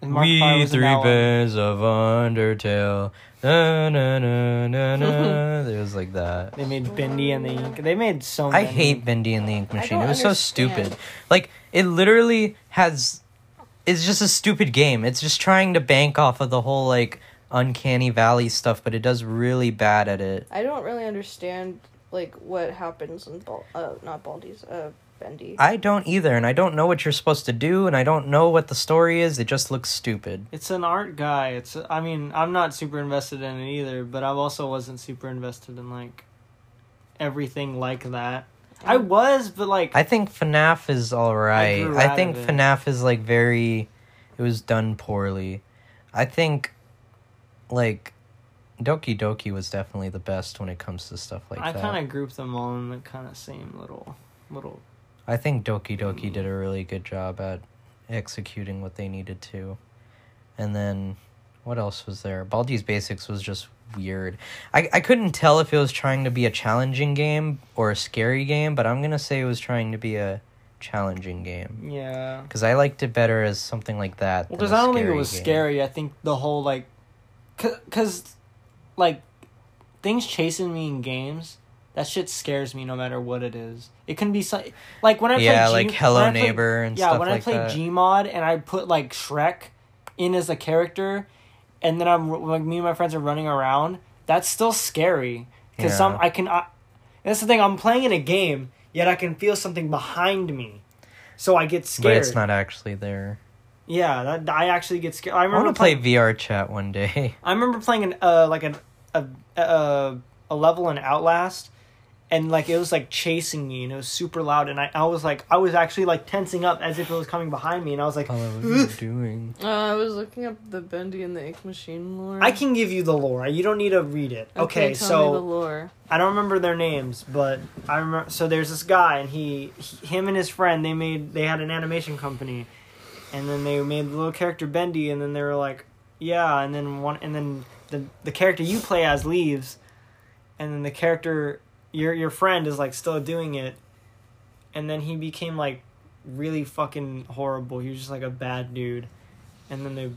[SPEAKER 3] And Mark Fire was in that one.
[SPEAKER 1] bears of Undertale. Na, na, na, na,
[SPEAKER 3] [LAUGHS]
[SPEAKER 1] na. it was like that.
[SPEAKER 3] They made Bendy and the Ink. They made so
[SPEAKER 1] I
[SPEAKER 3] many.
[SPEAKER 1] hate Bendy and the Ink Machine. It
[SPEAKER 2] don't
[SPEAKER 1] was so
[SPEAKER 2] understand.
[SPEAKER 1] stupid. Like it literally has. It's just a stupid game. It's just trying to bank off of the whole like uncanny valley stuff, but it does really bad at it.
[SPEAKER 5] I don't really understand like what happens in Bal- uh not Baldi's uh Bendy.
[SPEAKER 1] I don't either, and I don't know what you're supposed to do, and I don't know what the story is. It just looks stupid.
[SPEAKER 3] It's an art guy. It's I mean, I'm not super invested in it either, but I also wasn't super invested in like everything like that. I was, but like
[SPEAKER 1] I think FNAF is alright.
[SPEAKER 3] grew
[SPEAKER 1] I,
[SPEAKER 3] out
[SPEAKER 1] think
[SPEAKER 3] of it.
[SPEAKER 1] FNAF is like very it was done poorly. I think like Doki Doki was definitely the best when it comes to stuff like
[SPEAKER 3] I
[SPEAKER 1] that.
[SPEAKER 3] kind of grouped them all in the kind of same little little
[SPEAKER 1] I think Doki Doki did a really good job at executing what they needed to. And then what else was there? Baldi's Basics was just weird. I, I couldn't tell if it was trying to be a challenging game or a scary game, but I'm going to say it was trying to be a challenging game.
[SPEAKER 3] yeah.
[SPEAKER 1] Because I liked it better as something like that. than
[SPEAKER 3] Well, because
[SPEAKER 1] a
[SPEAKER 3] I don't think it
[SPEAKER 1] scary
[SPEAKER 3] was
[SPEAKER 1] game.
[SPEAKER 3] scary. I think the whole like, because, like, things chasing me in games. That shit scares me no matter what it is. It can be so, like when I
[SPEAKER 1] Yeah,
[SPEAKER 3] play
[SPEAKER 1] like
[SPEAKER 3] G-
[SPEAKER 1] Hello
[SPEAKER 3] when I play-
[SPEAKER 1] Neighbor and
[SPEAKER 3] yeah
[SPEAKER 1] stuff
[SPEAKER 3] when I
[SPEAKER 1] like
[SPEAKER 3] play
[SPEAKER 1] that.
[SPEAKER 3] Gmod and I put like Shrek in as a character, and then I'm like me and my friends are running around. That's still scary because
[SPEAKER 1] Yeah.
[SPEAKER 3] some I can. I, that's the thing. I'm playing in a game, yet I can feel something behind me, so I get
[SPEAKER 1] But
[SPEAKER 3] scared.
[SPEAKER 1] it's not actually there.
[SPEAKER 3] Yeah, that I actually get scared. I
[SPEAKER 1] I
[SPEAKER 3] remember
[SPEAKER 1] want to play
[SPEAKER 3] playing.
[SPEAKER 1] VR chat one day. [LAUGHS]
[SPEAKER 3] I remember playing an uh like an a a, a level in Outlast, and like it was like chasing me and it was super loud and I, I was like I was actually like tensing up as if it was coming behind me and I was like
[SPEAKER 1] I don't know what you're doing.
[SPEAKER 2] Uh, I was looking up the Bendy and the Ink Machine lore.
[SPEAKER 3] I can give you the lore. You don't need to read it. Okay,
[SPEAKER 2] tell me the
[SPEAKER 3] so
[SPEAKER 2] lore.
[SPEAKER 3] I don't remember their names, but I remember. So there's this guy and he, he him and his friend they made they had an animation company, and then they made the little character Bendy and then they were like yeah and then one and then the the character you play as leaves and then the character your your friend is like still doing it and then he became like really fucking horrible he was just like a bad dude and then they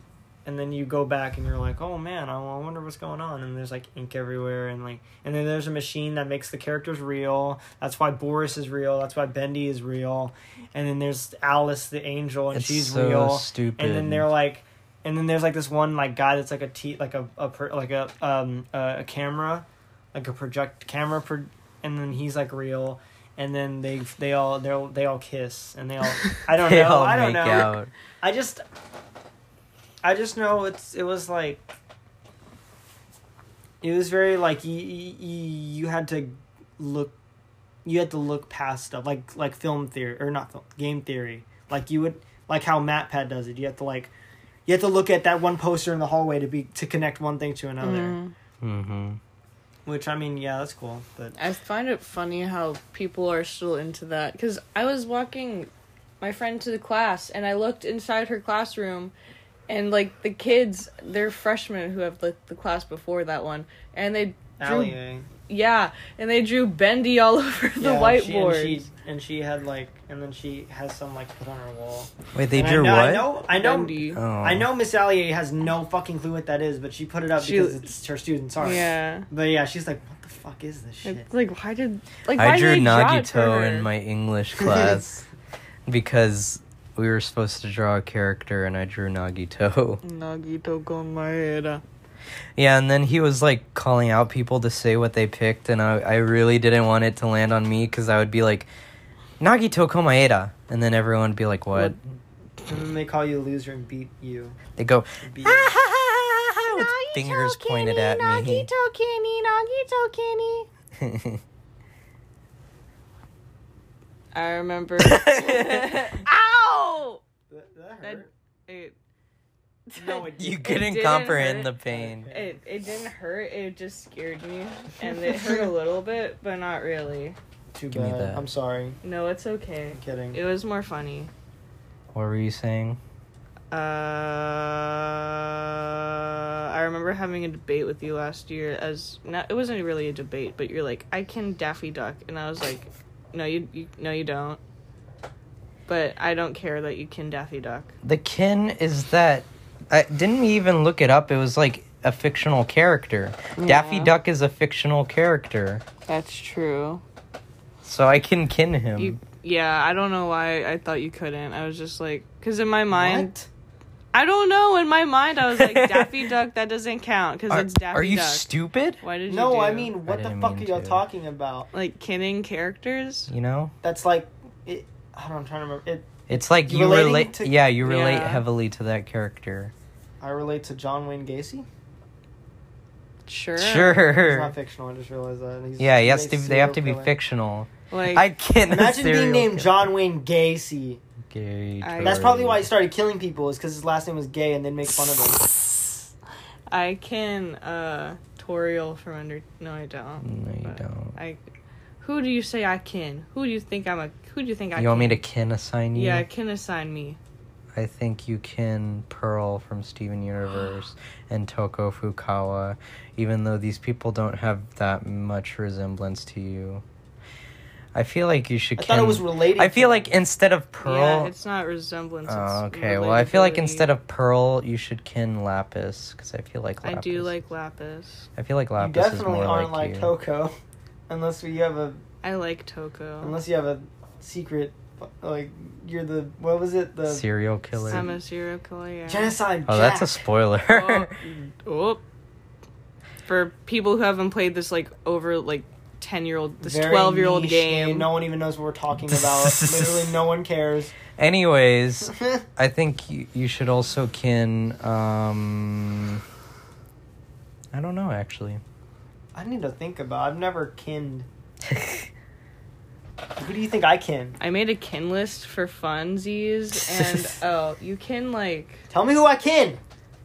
[SPEAKER 3] and then you go back and you're like oh man i, I wonder what's going on and there's like ink everywhere and like and then there's a machine that makes the characters real that's why boris is real that's why bendy is real and then there's alice the angel and
[SPEAKER 1] It's
[SPEAKER 3] she's
[SPEAKER 1] so
[SPEAKER 3] real
[SPEAKER 1] stupid.
[SPEAKER 3] and then they're like and then there's like this one like guy that's like a t like a, a per, like a um a, a camera like a project camera pro- and then he's like real and then they they all they all they all kiss and they all I
[SPEAKER 1] [LAUGHS]
[SPEAKER 3] don't
[SPEAKER 1] They
[SPEAKER 3] know
[SPEAKER 1] all
[SPEAKER 3] I don't
[SPEAKER 1] make
[SPEAKER 3] know
[SPEAKER 1] out.
[SPEAKER 3] I just I just know it's it was like it was very like you you had to look you had to look past stuff like like film theory or not film game theory like you would like how MatPat does it you have to like you have to look at that one poster in the hallway to be to connect one thing to another
[SPEAKER 1] Mm-hmm.
[SPEAKER 3] which I mean yeah that's cool but
[SPEAKER 2] I find it funny how people are still into that because I was walking my friend to the class and I looked inside her classroom and like the kids they're freshmen who have like the class before that one and they drew
[SPEAKER 3] alleyway
[SPEAKER 2] yeah and they drew bendy all [LAUGHS] over the
[SPEAKER 3] Yeah, she-
[SPEAKER 2] whiteboard
[SPEAKER 3] and she, and she had like and then she has some like put on her wall
[SPEAKER 1] Wait, they
[SPEAKER 3] And
[SPEAKER 1] drew
[SPEAKER 3] I know,
[SPEAKER 1] what?
[SPEAKER 3] I know I know
[SPEAKER 2] bendy
[SPEAKER 1] Oh.
[SPEAKER 3] I know Miss Allier has no fucking clue what that is, but she put it up
[SPEAKER 2] She-
[SPEAKER 3] because it's her student's art.
[SPEAKER 2] yeah
[SPEAKER 3] But yeah, she's like, what the fuck is this shit?
[SPEAKER 2] it's like why did like why
[SPEAKER 1] I drew
[SPEAKER 2] did they draw it for
[SPEAKER 1] Nagito
[SPEAKER 2] her? [LAUGHS]
[SPEAKER 1] in my
[SPEAKER 3] [LAUGHS]
[SPEAKER 1] English class because we were supposed to draw a character and I drew Nagito.
[SPEAKER 2] Nagito con madera.
[SPEAKER 1] [LAUGHS] Yeah, and then he was like calling out people to say what they picked, and I, I really didn't want it to land on me because I would be like, Nagito Komaeda. And then everyone would be like, what?
[SPEAKER 3] And then they call you a loser and beat you.
[SPEAKER 1] They go,
[SPEAKER 3] Beat
[SPEAKER 1] ah,
[SPEAKER 3] you.
[SPEAKER 1] ha, ha, ha, ha, with fingers pointed at me.
[SPEAKER 2] I [LAUGHS] remember. Ow!
[SPEAKER 3] That,
[SPEAKER 2] That- [LAUGHS]
[SPEAKER 3] hurt.
[SPEAKER 2] It,
[SPEAKER 3] No, it
[SPEAKER 1] [LAUGHS] you
[SPEAKER 3] didn't.
[SPEAKER 1] couldn't
[SPEAKER 2] didn't
[SPEAKER 1] comprehend the
[SPEAKER 2] hurt.
[SPEAKER 1] pain.
[SPEAKER 2] [LAUGHS] It it didn't hurt. It just scared
[SPEAKER 3] [LAUGHS]
[SPEAKER 2] me, and it hurt a little bit, but not really.
[SPEAKER 3] Too
[SPEAKER 1] Give me
[SPEAKER 3] bad.
[SPEAKER 1] that.
[SPEAKER 3] I'm sorry.
[SPEAKER 2] No, it's okay.
[SPEAKER 3] I'm kidding.
[SPEAKER 2] It was more funny.
[SPEAKER 1] What were you saying?
[SPEAKER 2] Uh, I remember having a debate with you last year. As not, it wasn't really a debate, but you're like, I can Daffy Duck, and I was like, No, you, you no, you don't. But I don't care that you can Daffy Duck.
[SPEAKER 1] The kin is that I didn't even look it up. It was like a fictional character. Daffy
[SPEAKER 2] Yeah.
[SPEAKER 1] Duck is a fictional character,
[SPEAKER 2] That's true.
[SPEAKER 1] so I can kin him.
[SPEAKER 2] You, yeah, I don't know why I thought you couldn't. I was just like, because in my mind, I don't know. In my mind, I was
[SPEAKER 1] [LAUGHS]
[SPEAKER 2] like, Daffy Duck, that doesn't count because
[SPEAKER 1] Are,
[SPEAKER 2] it's Daffy
[SPEAKER 1] are you
[SPEAKER 2] Duck.
[SPEAKER 1] stupid?
[SPEAKER 2] why did you?
[SPEAKER 3] No,
[SPEAKER 2] do-
[SPEAKER 3] I mean, what the
[SPEAKER 1] didn't
[SPEAKER 3] fuck are
[SPEAKER 1] mean
[SPEAKER 3] y'all
[SPEAKER 1] to.
[SPEAKER 3] talking about?
[SPEAKER 2] like kinning characters.
[SPEAKER 1] You know,
[SPEAKER 3] That's like, it, I don't know, I'm trying to remember. It,
[SPEAKER 1] it's like
[SPEAKER 3] You
[SPEAKER 1] you
[SPEAKER 3] relating
[SPEAKER 1] relate.
[SPEAKER 3] to-
[SPEAKER 1] yeah, you relate
[SPEAKER 2] Yeah.
[SPEAKER 1] heavily to that character.
[SPEAKER 3] I relate to John Wayne Gacy.
[SPEAKER 2] Sure.
[SPEAKER 3] He's
[SPEAKER 1] Sure.
[SPEAKER 3] not fictional. I just realized that. and he's-
[SPEAKER 1] Yeah, he
[SPEAKER 3] he's
[SPEAKER 1] has
[SPEAKER 3] a
[SPEAKER 1] to. They have to be
[SPEAKER 3] serial killer.
[SPEAKER 1] fictional.
[SPEAKER 2] Like
[SPEAKER 1] I can't
[SPEAKER 3] Imagine being named John Wayne Gacy.
[SPEAKER 1] Gay
[SPEAKER 2] I-
[SPEAKER 3] That's probably why he started killing people. Is because his last name was Gay, and then make fun of him.
[SPEAKER 2] I can uh Toriel from under no I don't.
[SPEAKER 1] No, you
[SPEAKER 2] but
[SPEAKER 1] don't.
[SPEAKER 2] I who do you say I can? Who do you think I'm a who do you think I
[SPEAKER 1] You want me
[SPEAKER 2] kin?
[SPEAKER 1] to kin assign you?
[SPEAKER 2] Yeah, can assign me.
[SPEAKER 1] I think you can Pearl from Steven
[SPEAKER 3] [GASPS]
[SPEAKER 1] Universe and Toko Fukawa, even though these people don't have that much resemblance to you. I feel like you should.
[SPEAKER 3] I thought it
[SPEAKER 1] kin-
[SPEAKER 3] was related.
[SPEAKER 1] I feel
[SPEAKER 3] to-
[SPEAKER 1] like instead of
[SPEAKER 2] Yeah,
[SPEAKER 1] Pearl.
[SPEAKER 2] it's not resemblance.
[SPEAKER 1] oh, okay. Well, I feel like instead of Pearl, you should kin Lapis because I feel like
[SPEAKER 2] I
[SPEAKER 1] Lapis.
[SPEAKER 2] do like lapis.
[SPEAKER 1] I feel like
[SPEAKER 3] you
[SPEAKER 1] Lapis is
[SPEAKER 3] definitely
[SPEAKER 1] more
[SPEAKER 3] aren't
[SPEAKER 1] like,
[SPEAKER 3] like,
[SPEAKER 1] you.
[SPEAKER 3] Toko, [LAUGHS] unless we have a
[SPEAKER 2] I like Toko.
[SPEAKER 3] unless you have a secret like you're the what was it the
[SPEAKER 1] Serial killer.
[SPEAKER 2] I'm a serial killer. Yeah.
[SPEAKER 3] genocide?
[SPEAKER 1] oh, that's a
[SPEAKER 3] Jack.
[SPEAKER 1] spoiler.
[SPEAKER 2] Oh, oh. For people who haven't played this like over like ten year old this
[SPEAKER 3] Very
[SPEAKER 2] twelve year old
[SPEAKER 3] niche
[SPEAKER 2] game.
[SPEAKER 3] No one even knows what we're talking
[SPEAKER 1] [LAUGHS]
[SPEAKER 3] about. Literally, no one cares.
[SPEAKER 1] [LAUGHS]
[SPEAKER 3] [LAUGHS]
[SPEAKER 1] Anyways, I think you, you should also kin. Um, I don't know
[SPEAKER 2] [LAUGHS]
[SPEAKER 1] actually.
[SPEAKER 3] I need to think about. I've never kinned. Who do you think I kin?
[SPEAKER 2] I made a kin list for
[SPEAKER 3] [LAUGHS]
[SPEAKER 2] funsies, and oh, you can like
[SPEAKER 3] Tell me who I kin.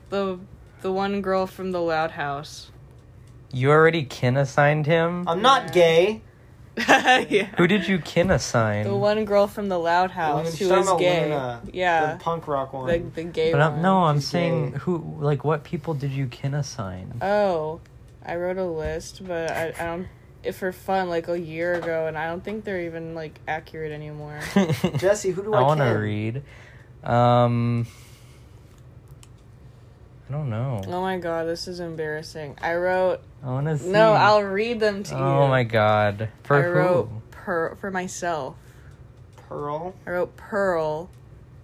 [SPEAKER 2] the the one girl from the Loud House. [LAUGHS]
[SPEAKER 1] you already kin assigned him.
[SPEAKER 3] I'm not gay.
[SPEAKER 2] yeah.
[SPEAKER 1] Who did you kin assign?
[SPEAKER 2] The one girl from the Loud House
[SPEAKER 3] She's
[SPEAKER 2] who
[SPEAKER 3] talking
[SPEAKER 2] is
[SPEAKER 3] about
[SPEAKER 2] gay.
[SPEAKER 3] Luna,
[SPEAKER 2] yeah.
[SPEAKER 3] The punk rock one.
[SPEAKER 2] The, the gay
[SPEAKER 1] But
[SPEAKER 2] one.
[SPEAKER 1] I'm, no, I'm
[SPEAKER 3] She's
[SPEAKER 1] saying
[SPEAKER 3] gay.
[SPEAKER 1] who, like, what people did you kin
[SPEAKER 2] [LAUGHS]
[SPEAKER 1] assign?
[SPEAKER 2] Oh, I wrote a list, but I, I don't. If for fun, like a year ago, and I don't think they're even like accurate anymore.
[SPEAKER 3] Jesse, who do I,
[SPEAKER 1] I want to
[SPEAKER 3] kin?
[SPEAKER 1] read. Um, I don't know.
[SPEAKER 2] Oh my god, this is embarrassing. I wrote
[SPEAKER 1] I want to see.
[SPEAKER 2] no. I'll read them to you.
[SPEAKER 1] Hmm. Oh my god! For
[SPEAKER 2] I wrote
[SPEAKER 1] who?
[SPEAKER 2] per for myself.
[SPEAKER 3] Pearl.
[SPEAKER 2] I wrote Pearl,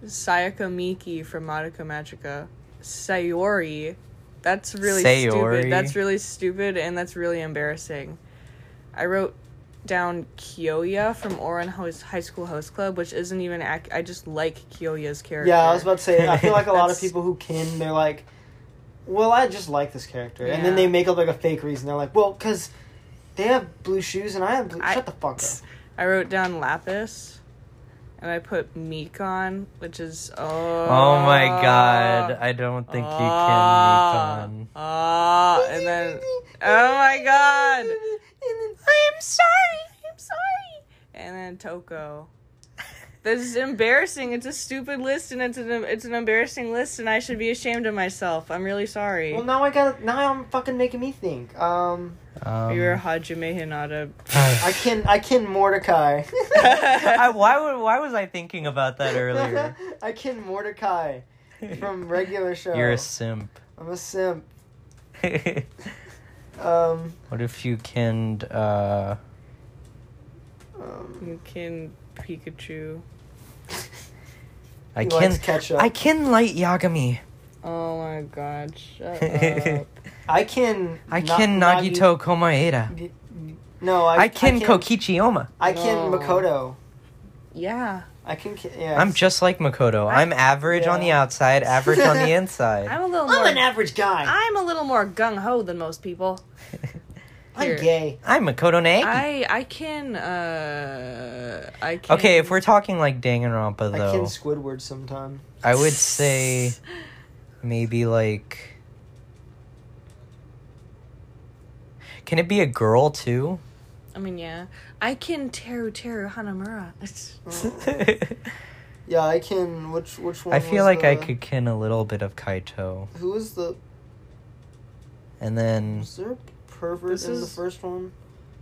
[SPEAKER 2] Sayaka Miki from Madoka Magica, Sayori. That's really
[SPEAKER 1] Sayori.
[SPEAKER 2] stupid. That's really stupid and that's really embarrassing. I wrote down Kyoya from Oran House High School Host Club, which isn't even. Ac- I just like Kyoya's character.
[SPEAKER 3] Yeah, I was about to say. I feel like a lot of
[SPEAKER 2] That's-
[SPEAKER 3] people who kin, they're like, "Well, I just like this character," and then
[SPEAKER 2] Yeah.
[SPEAKER 3] they make up like a fake reason. They're like, "Well, because they have blue shoes and I have blue."
[SPEAKER 2] I-
[SPEAKER 3] Shut the fuck up.
[SPEAKER 2] I wrote down Lapis, and I put Mekon, which is oh.
[SPEAKER 1] Oh my
[SPEAKER 2] uh,
[SPEAKER 1] god! I don't think you
[SPEAKER 2] Ah,
[SPEAKER 1] can. Nikon.
[SPEAKER 2] ah, and then oh my god! I'm sorry. I'm sorry. And then Toko. This is embarrassing. It's a stupid list, and it's an it's an embarrassing list, and I should be ashamed of myself. I'm really sorry.
[SPEAKER 3] Well, now I got. Now I'm fucking making me think. Um,
[SPEAKER 1] Um,
[SPEAKER 2] you were Hajime Hinata.
[SPEAKER 3] I kin. I kin Mordecai.
[SPEAKER 1] [LAUGHS]
[SPEAKER 3] [LAUGHS]
[SPEAKER 1] I, why would, why was I thinking about that earlier?
[SPEAKER 3] I kin Mordecai [LAUGHS]
[SPEAKER 1] [LAUGHS]
[SPEAKER 3] from regular show.
[SPEAKER 1] You're a
[SPEAKER 3] [LAUGHS]
[SPEAKER 1] simp.
[SPEAKER 3] I'm a simp.
[SPEAKER 1] what
[SPEAKER 3] Um,
[SPEAKER 1] if you kinned uh
[SPEAKER 3] um,
[SPEAKER 2] [LAUGHS] You Can Pikachu.
[SPEAKER 1] I
[SPEAKER 3] he
[SPEAKER 1] can
[SPEAKER 3] likes ketchup.
[SPEAKER 1] I can light Yagami.
[SPEAKER 2] Oh my god!
[SPEAKER 3] Uh,
[SPEAKER 1] [LAUGHS]
[SPEAKER 2] Shut up.
[SPEAKER 3] I can.
[SPEAKER 1] I
[SPEAKER 3] Na-
[SPEAKER 1] can
[SPEAKER 3] Nagi-
[SPEAKER 1] Nagito Komaeda.
[SPEAKER 3] No, I,
[SPEAKER 1] I can Kokichi Oma.
[SPEAKER 3] I can
[SPEAKER 2] No.
[SPEAKER 3] Makoto.
[SPEAKER 2] yeah,
[SPEAKER 3] I can. ki- Yeah.
[SPEAKER 1] I'm just like Makoto. I'm average on the outside, average on
[SPEAKER 3] [LAUGHS]
[SPEAKER 1] the inside.
[SPEAKER 2] I'm a little.
[SPEAKER 3] I'm
[SPEAKER 2] more,
[SPEAKER 3] an average guy.
[SPEAKER 2] I'm a little more gung ho than most people.
[SPEAKER 3] I'm
[SPEAKER 2] Here.
[SPEAKER 3] gay.
[SPEAKER 1] I'm Makoto Nagi.
[SPEAKER 2] I I can uh I can
[SPEAKER 1] Okay, if we're talking like Danganronpa
[SPEAKER 3] I can
[SPEAKER 1] though,
[SPEAKER 3] Squidward sometime.
[SPEAKER 1] I would
[SPEAKER 2] [LAUGHS]
[SPEAKER 1] say [LAUGHS] maybe like Can it be a girl
[SPEAKER 3] [LAUGHS]
[SPEAKER 1] too?
[SPEAKER 2] I mean yeah. I can Teru Teru Hanamura. Oh.
[SPEAKER 3] [LAUGHS] Yeah, I can. Which which one?
[SPEAKER 1] I feel
[SPEAKER 3] was
[SPEAKER 1] like I
[SPEAKER 3] the-
[SPEAKER 1] could kin a little bit of Kaito.
[SPEAKER 3] Who was the?
[SPEAKER 1] And then
[SPEAKER 3] Was there a pervert
[SPEAKER 2] This
[SPEAKER 3] in the
[SPEAKER 2] is-
[SPEAKER 3] first one?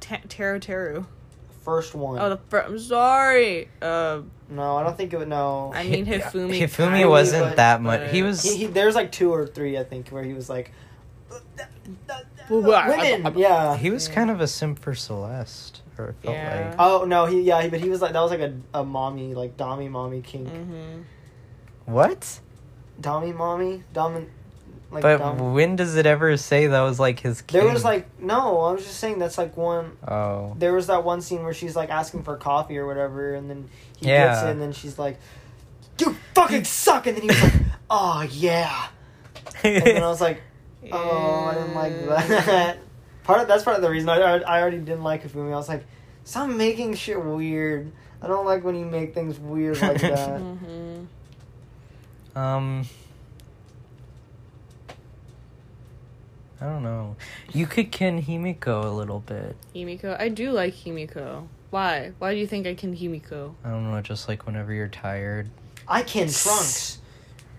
[SPEAKER 2] Ta- Teru Teru.
[SPEAKER 3] I first one.
[SPEAKER 2] Oh, the fir- I'm sorry. Uh,
[SPEAKER 3] no, I don't think it would. No,
[SPEAKER 2] I mean
[SPEAKER 1] Hi-
[SPEAKER 2] Hifumi.
[SPEAKER 3] Hifumi
[SPEAKER 2] kinda,
[SPEAKER 3] wasn't
[SPEAKER 2] but-
[SPEAKER 1] that much-
[SPEAKER 2] but- [LAUGHS]
[SPEAKER 1] he was-
[SPEAKER 3] he, he, there's like two or three I think where he was like,
[SPEAKER 2] Well, I-
[SPEAKER 3] women, yeah.
[SPEAKER 1] He was kind of a simp for Celeste, or it felt
[SPEAKER 2] Yeah.
[SPEAKER 1] like.
[SPEAKER 3] Oh no, he yeah, but he was like that was like a, a mommy like dommy mommy kink,
[SPEAKER 2] Mhm.
[SPEAKER 1] What?
[SPEAKER 3] dommy mommy domin, like
[SPEAKER 1] but
[SPEAKER 3] dom-
[SPEAKER 1] when does it ever say that was like his? King?
[SPEAKER 3] There was like no, I was just saying that's like one.
[SPEAKER 1] Oh.
[SPEAKER 3] There was that one scene where she's like asking for coffee or whatever, and then he gets
[SPEAKER 1] Yeah.
[SPEAKER 3] it, and then she's like, "You fucking suck," and then he
[SPEAKER 1] [LAUGHS]
[SPEAKER 3] was like, "Oh yeah," and then I was like, "Oh, I didn't like
[SPEAKER 2] [LAUGHS]
[SPEAKER 3] that." [LAUGHS] part of that's part of the reason I I already didn't like Ifumi. I was like, "Stop making shit weird." I don't like when you make things weird
[SPEAKER 1] [LAUGHS]
[SPEAKER 3] like that.
[SPEAKER 2] Mhm.
[SPEAKER 1] um. I don't know. You could kin Himiko a little bit.
[SPEAKER 2] Himiko. I do like Himiko. Why? Why do you think I can Himiko?
[SPEAKER 1] I don't know, just like whenever you're tired.
[SPEAKER 3] I can trunks.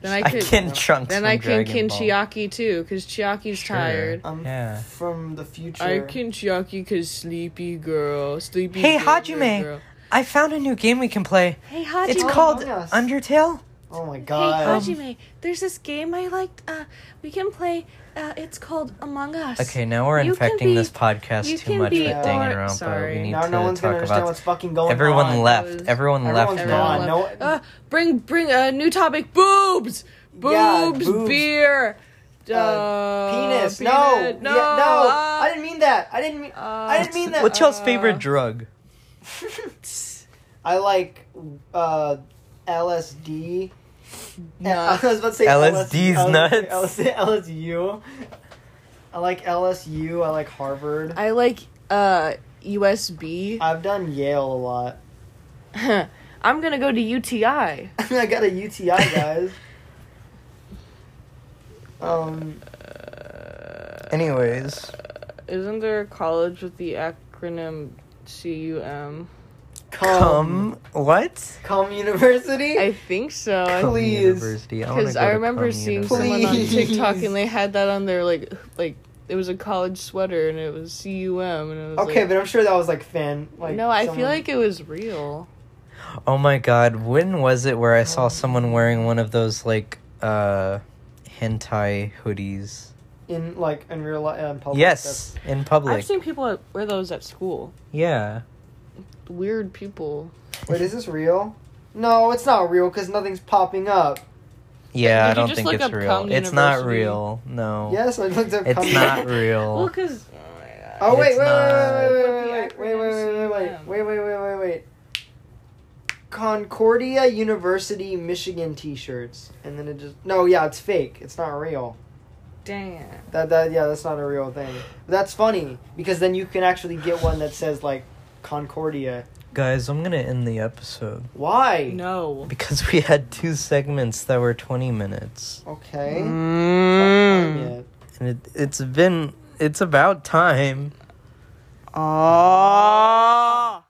[SPEAKER 2] Then I
[SPEAKER 1] I
[SPEAKER 2] could.
[SPEAKER 1] kin Trunks.
[SPEAKER 2] then
[SPEAKER 1] from
[SPEAKER 2] I can
[SPEAKER 1] Dragon
[SPEAKER 2] kin
[SPEAKER 1] Ball.
[SPEAKER 2] Chiaki too, because Chiaki's
[SPEAKER 1] Sure.
[SPEAKER 2] tired.
[SPEAKER 3] I'm
[SPEAKER 1] Yeah.
[SPEAKER 3] from the future.
[SPEAKER 2] I can Chiaki because sleepy girl, sleepy.
[SPEAKER 1] Hey,
[SPEAKER 2] girl,
[SPEAKER 1] Hajime.
[SPEAKER 2] girl.
[SPEAKER 1] I found a new game we can play.
[SPEAKER 5] Hey, Hajime.
[SPEAKER 1] It's
[SPEAKER 3] Oh,
[SPEAKER 1] called
[SPEAKER 3] Among Us.
[SPEAKER 1] Undertale.
[SPEAKER 3] Oh my
[SPEAKER 5] Hey,
[SPEAKER 3] god.
[SPEAKER 5] Hajime. There's this game I liked. Uh, we can play. Uh, it's called Among Us.
[SPEAKER 1] Okay, now we're
[SPEAKER 5] You can
[SPEAKER 1] infecting
[SPEAKER 5] be-
[SPEAKER 1] this podcast
[SPEAKER 5] you
[SPEAKER 1] too
[SPEAKER 5] can
[SPEAKER 1] much
[SPEAKER 5] be
[SPEAKER 1] with Dang and
[SPEAKER 2] or-
[SPEAKER 1] Rompa.
[SPEAKER 2] sorry.
[SPEAKER 1] We need
[SPEAKER 3] now
[SPEAKER 1] to
[SPEAKER 3] no one's gonna
[SPEAKER 1] talk
[SPEAKER 3] understand
[SPEAKER 1] about
[SPEAKER 3] what's fucking going
[SPEAKER 1] Everyone
[SPEAKER 3] on.
[SPEAKER 1] left. Everyone
[SPEAKER 3] Everyone's
[SPEAKER 1] left
[SPEAKER 3] gone.
[SPEAKER 1] now.
[SPEAKER 3] No,
[SPEAKER 2] Uh, bring bring a new topic. Boobs, boobs,
[SPEAKER 3] Yeah, boobs.
[SPEAKER 2] beer, uh,
[SPEAKER 3] penis.
[SPEAKER 2] peanut.
[SPEAKER 3] Oh, No.
[SPEAKER 2] no,
[SPEAKER 3] Yeah, no.
[SPEAKER 2] uh,
[SPEAKER 3] I didn't mean that. I didn't mean. [LAUGHS] I
[SPEAKER 2] [LAUGHS]
[SPEAKER 3] didn't mean that.
[SPEAKER 1] What's y'all's
[SPEAKER 2] Uh,
[SPEAKER 1] favorite drug?
[SPEAKER 3] I like uh, LSD. [LAUGHS] I was about to say
[SPEAKER 1] LSD's
[SPEAKER 3] LSD,
[SPEAKER 1] nuts.
[SPEAKER 3] [LAUGHS] LSD, LSU. I like LSU. I like Harvard.
[SPEAKER 2] I like uh USB.
[SPEAKER 3] I've done Yale a lot.
[SPEAKER 2] [LAUGHS]
[SPEAKER 3] [LAUGHS]
[SPEAKER 2] I'm gonna go to UTI.
[SPEAKER 3] I got a UTI, [LAUGHS] guys. um. Uh,
[SPEAKER 1] Anyways,
[SPEAKER 2] Isn't there a college with the acronym CUM?
[SPEAKER 3] Come.
[SPEAKER 1] what?
[SPEAKER 3] Come university.
[SPEAKER 2] I think so.
[SPEAKER 3] Cum
[SPEAKER 2] I-
[SPEAKER 3] Please.
[SPEAKER 1] University. I, wanna
[SPEAKER 2] Because
[SPEAKER 1] go
[SPEAKER 2] I,
[SPEAKER 1] to
[SPEAKER 2] remember
[SPEAKER 1] Cum
[SPEAKER 2] seeing
[SPEAKER 1] University.
[SPEAKER 2] someone on
[SPEAKER 3] Please.
[SPEAKER 2] TikTok and they had that on their like like it was a college sweater and it was CUM and it was
[SPEAKER 3] okay,
[SPEAKER 2] like-
[SPEAKER 3] but I'm sure that was like fan. Like
[SPEAKER 2] no, I feel
[SPEAKER 3] someone-
[SPEAKER 2] like it was real.
[SPEAKER 1] Oh my god, when was it where I saw someone wearing one of those like uh hentai hoodies?
[SPEAKER 3] in like in real life in public.
[SPEAKER 1] yes, in public.
[SPEAKER 2] I've seen people at- wear those at school.
[SPEAKER 1] yeah.
[SPEAKER 2] Weird people.
[SPEAKER 3] that's- Wait, is this real? No, it's not real because nothing's popping up.
[SPEAKER 1] Yeah,
[SPEAKER 2] Did
[SPEAKER 1] I
[SPEAKER 2] you
[SPEAKER 1] don't
[SPEAKER 2] just
[SPEAKER 1] think
[SPEAKER 2] look
[SPEAKER 1] it's
[SPEAKER 2] up
[SPEAKER 1] real.
[SPEAKER 2] Cum
[SPEAKER 1] It's not
[SPEAKER 2] University?
[SPEAKER 1] real. No.
[SPEAKER 3] Yes, I looked up.
[SPEAKER 1] It's
[SPEAKER 3] cum-
[SPEAKER 1] not
[SPEAKER 2] Well,
[SPEAKER 1] real.
[SPEAKER 2] because oh my god.
[SPEAKER 3] Oh wait,
[SPEAKER 1] It's
[SPEAKER 3] wait,
[SPEAKER 1] not.
[SPEAKER 3] wait, wait, wait, wait, wait, wait, wait, wait, wait, wait, wait, wait, wait, wait. Concordia University Michigan T-shirts, and then it just no, yeah, it's fake. It's not real.
[SPEAKER 2] Damn.
[SPEAKER 3] That that yeah, that's not a real thing. But that's funny because then you can actually get one that says like Concordia.
[SPEAKER 1] Guys, I'm gonna end the episode [LAUGHS]
[SPEAKER 3] Why?
[SPEAKER 2] No.
[SPEAKER 1] because we had two segments that were 20 minutes,
[SPEAKER 3] Okay.
[SPEAKER 2] Mm.
[SPEAKER 3] Yeah.
[SPEAKER 1] and it, it's been it's about time.
[SPEAKER 2] Ah.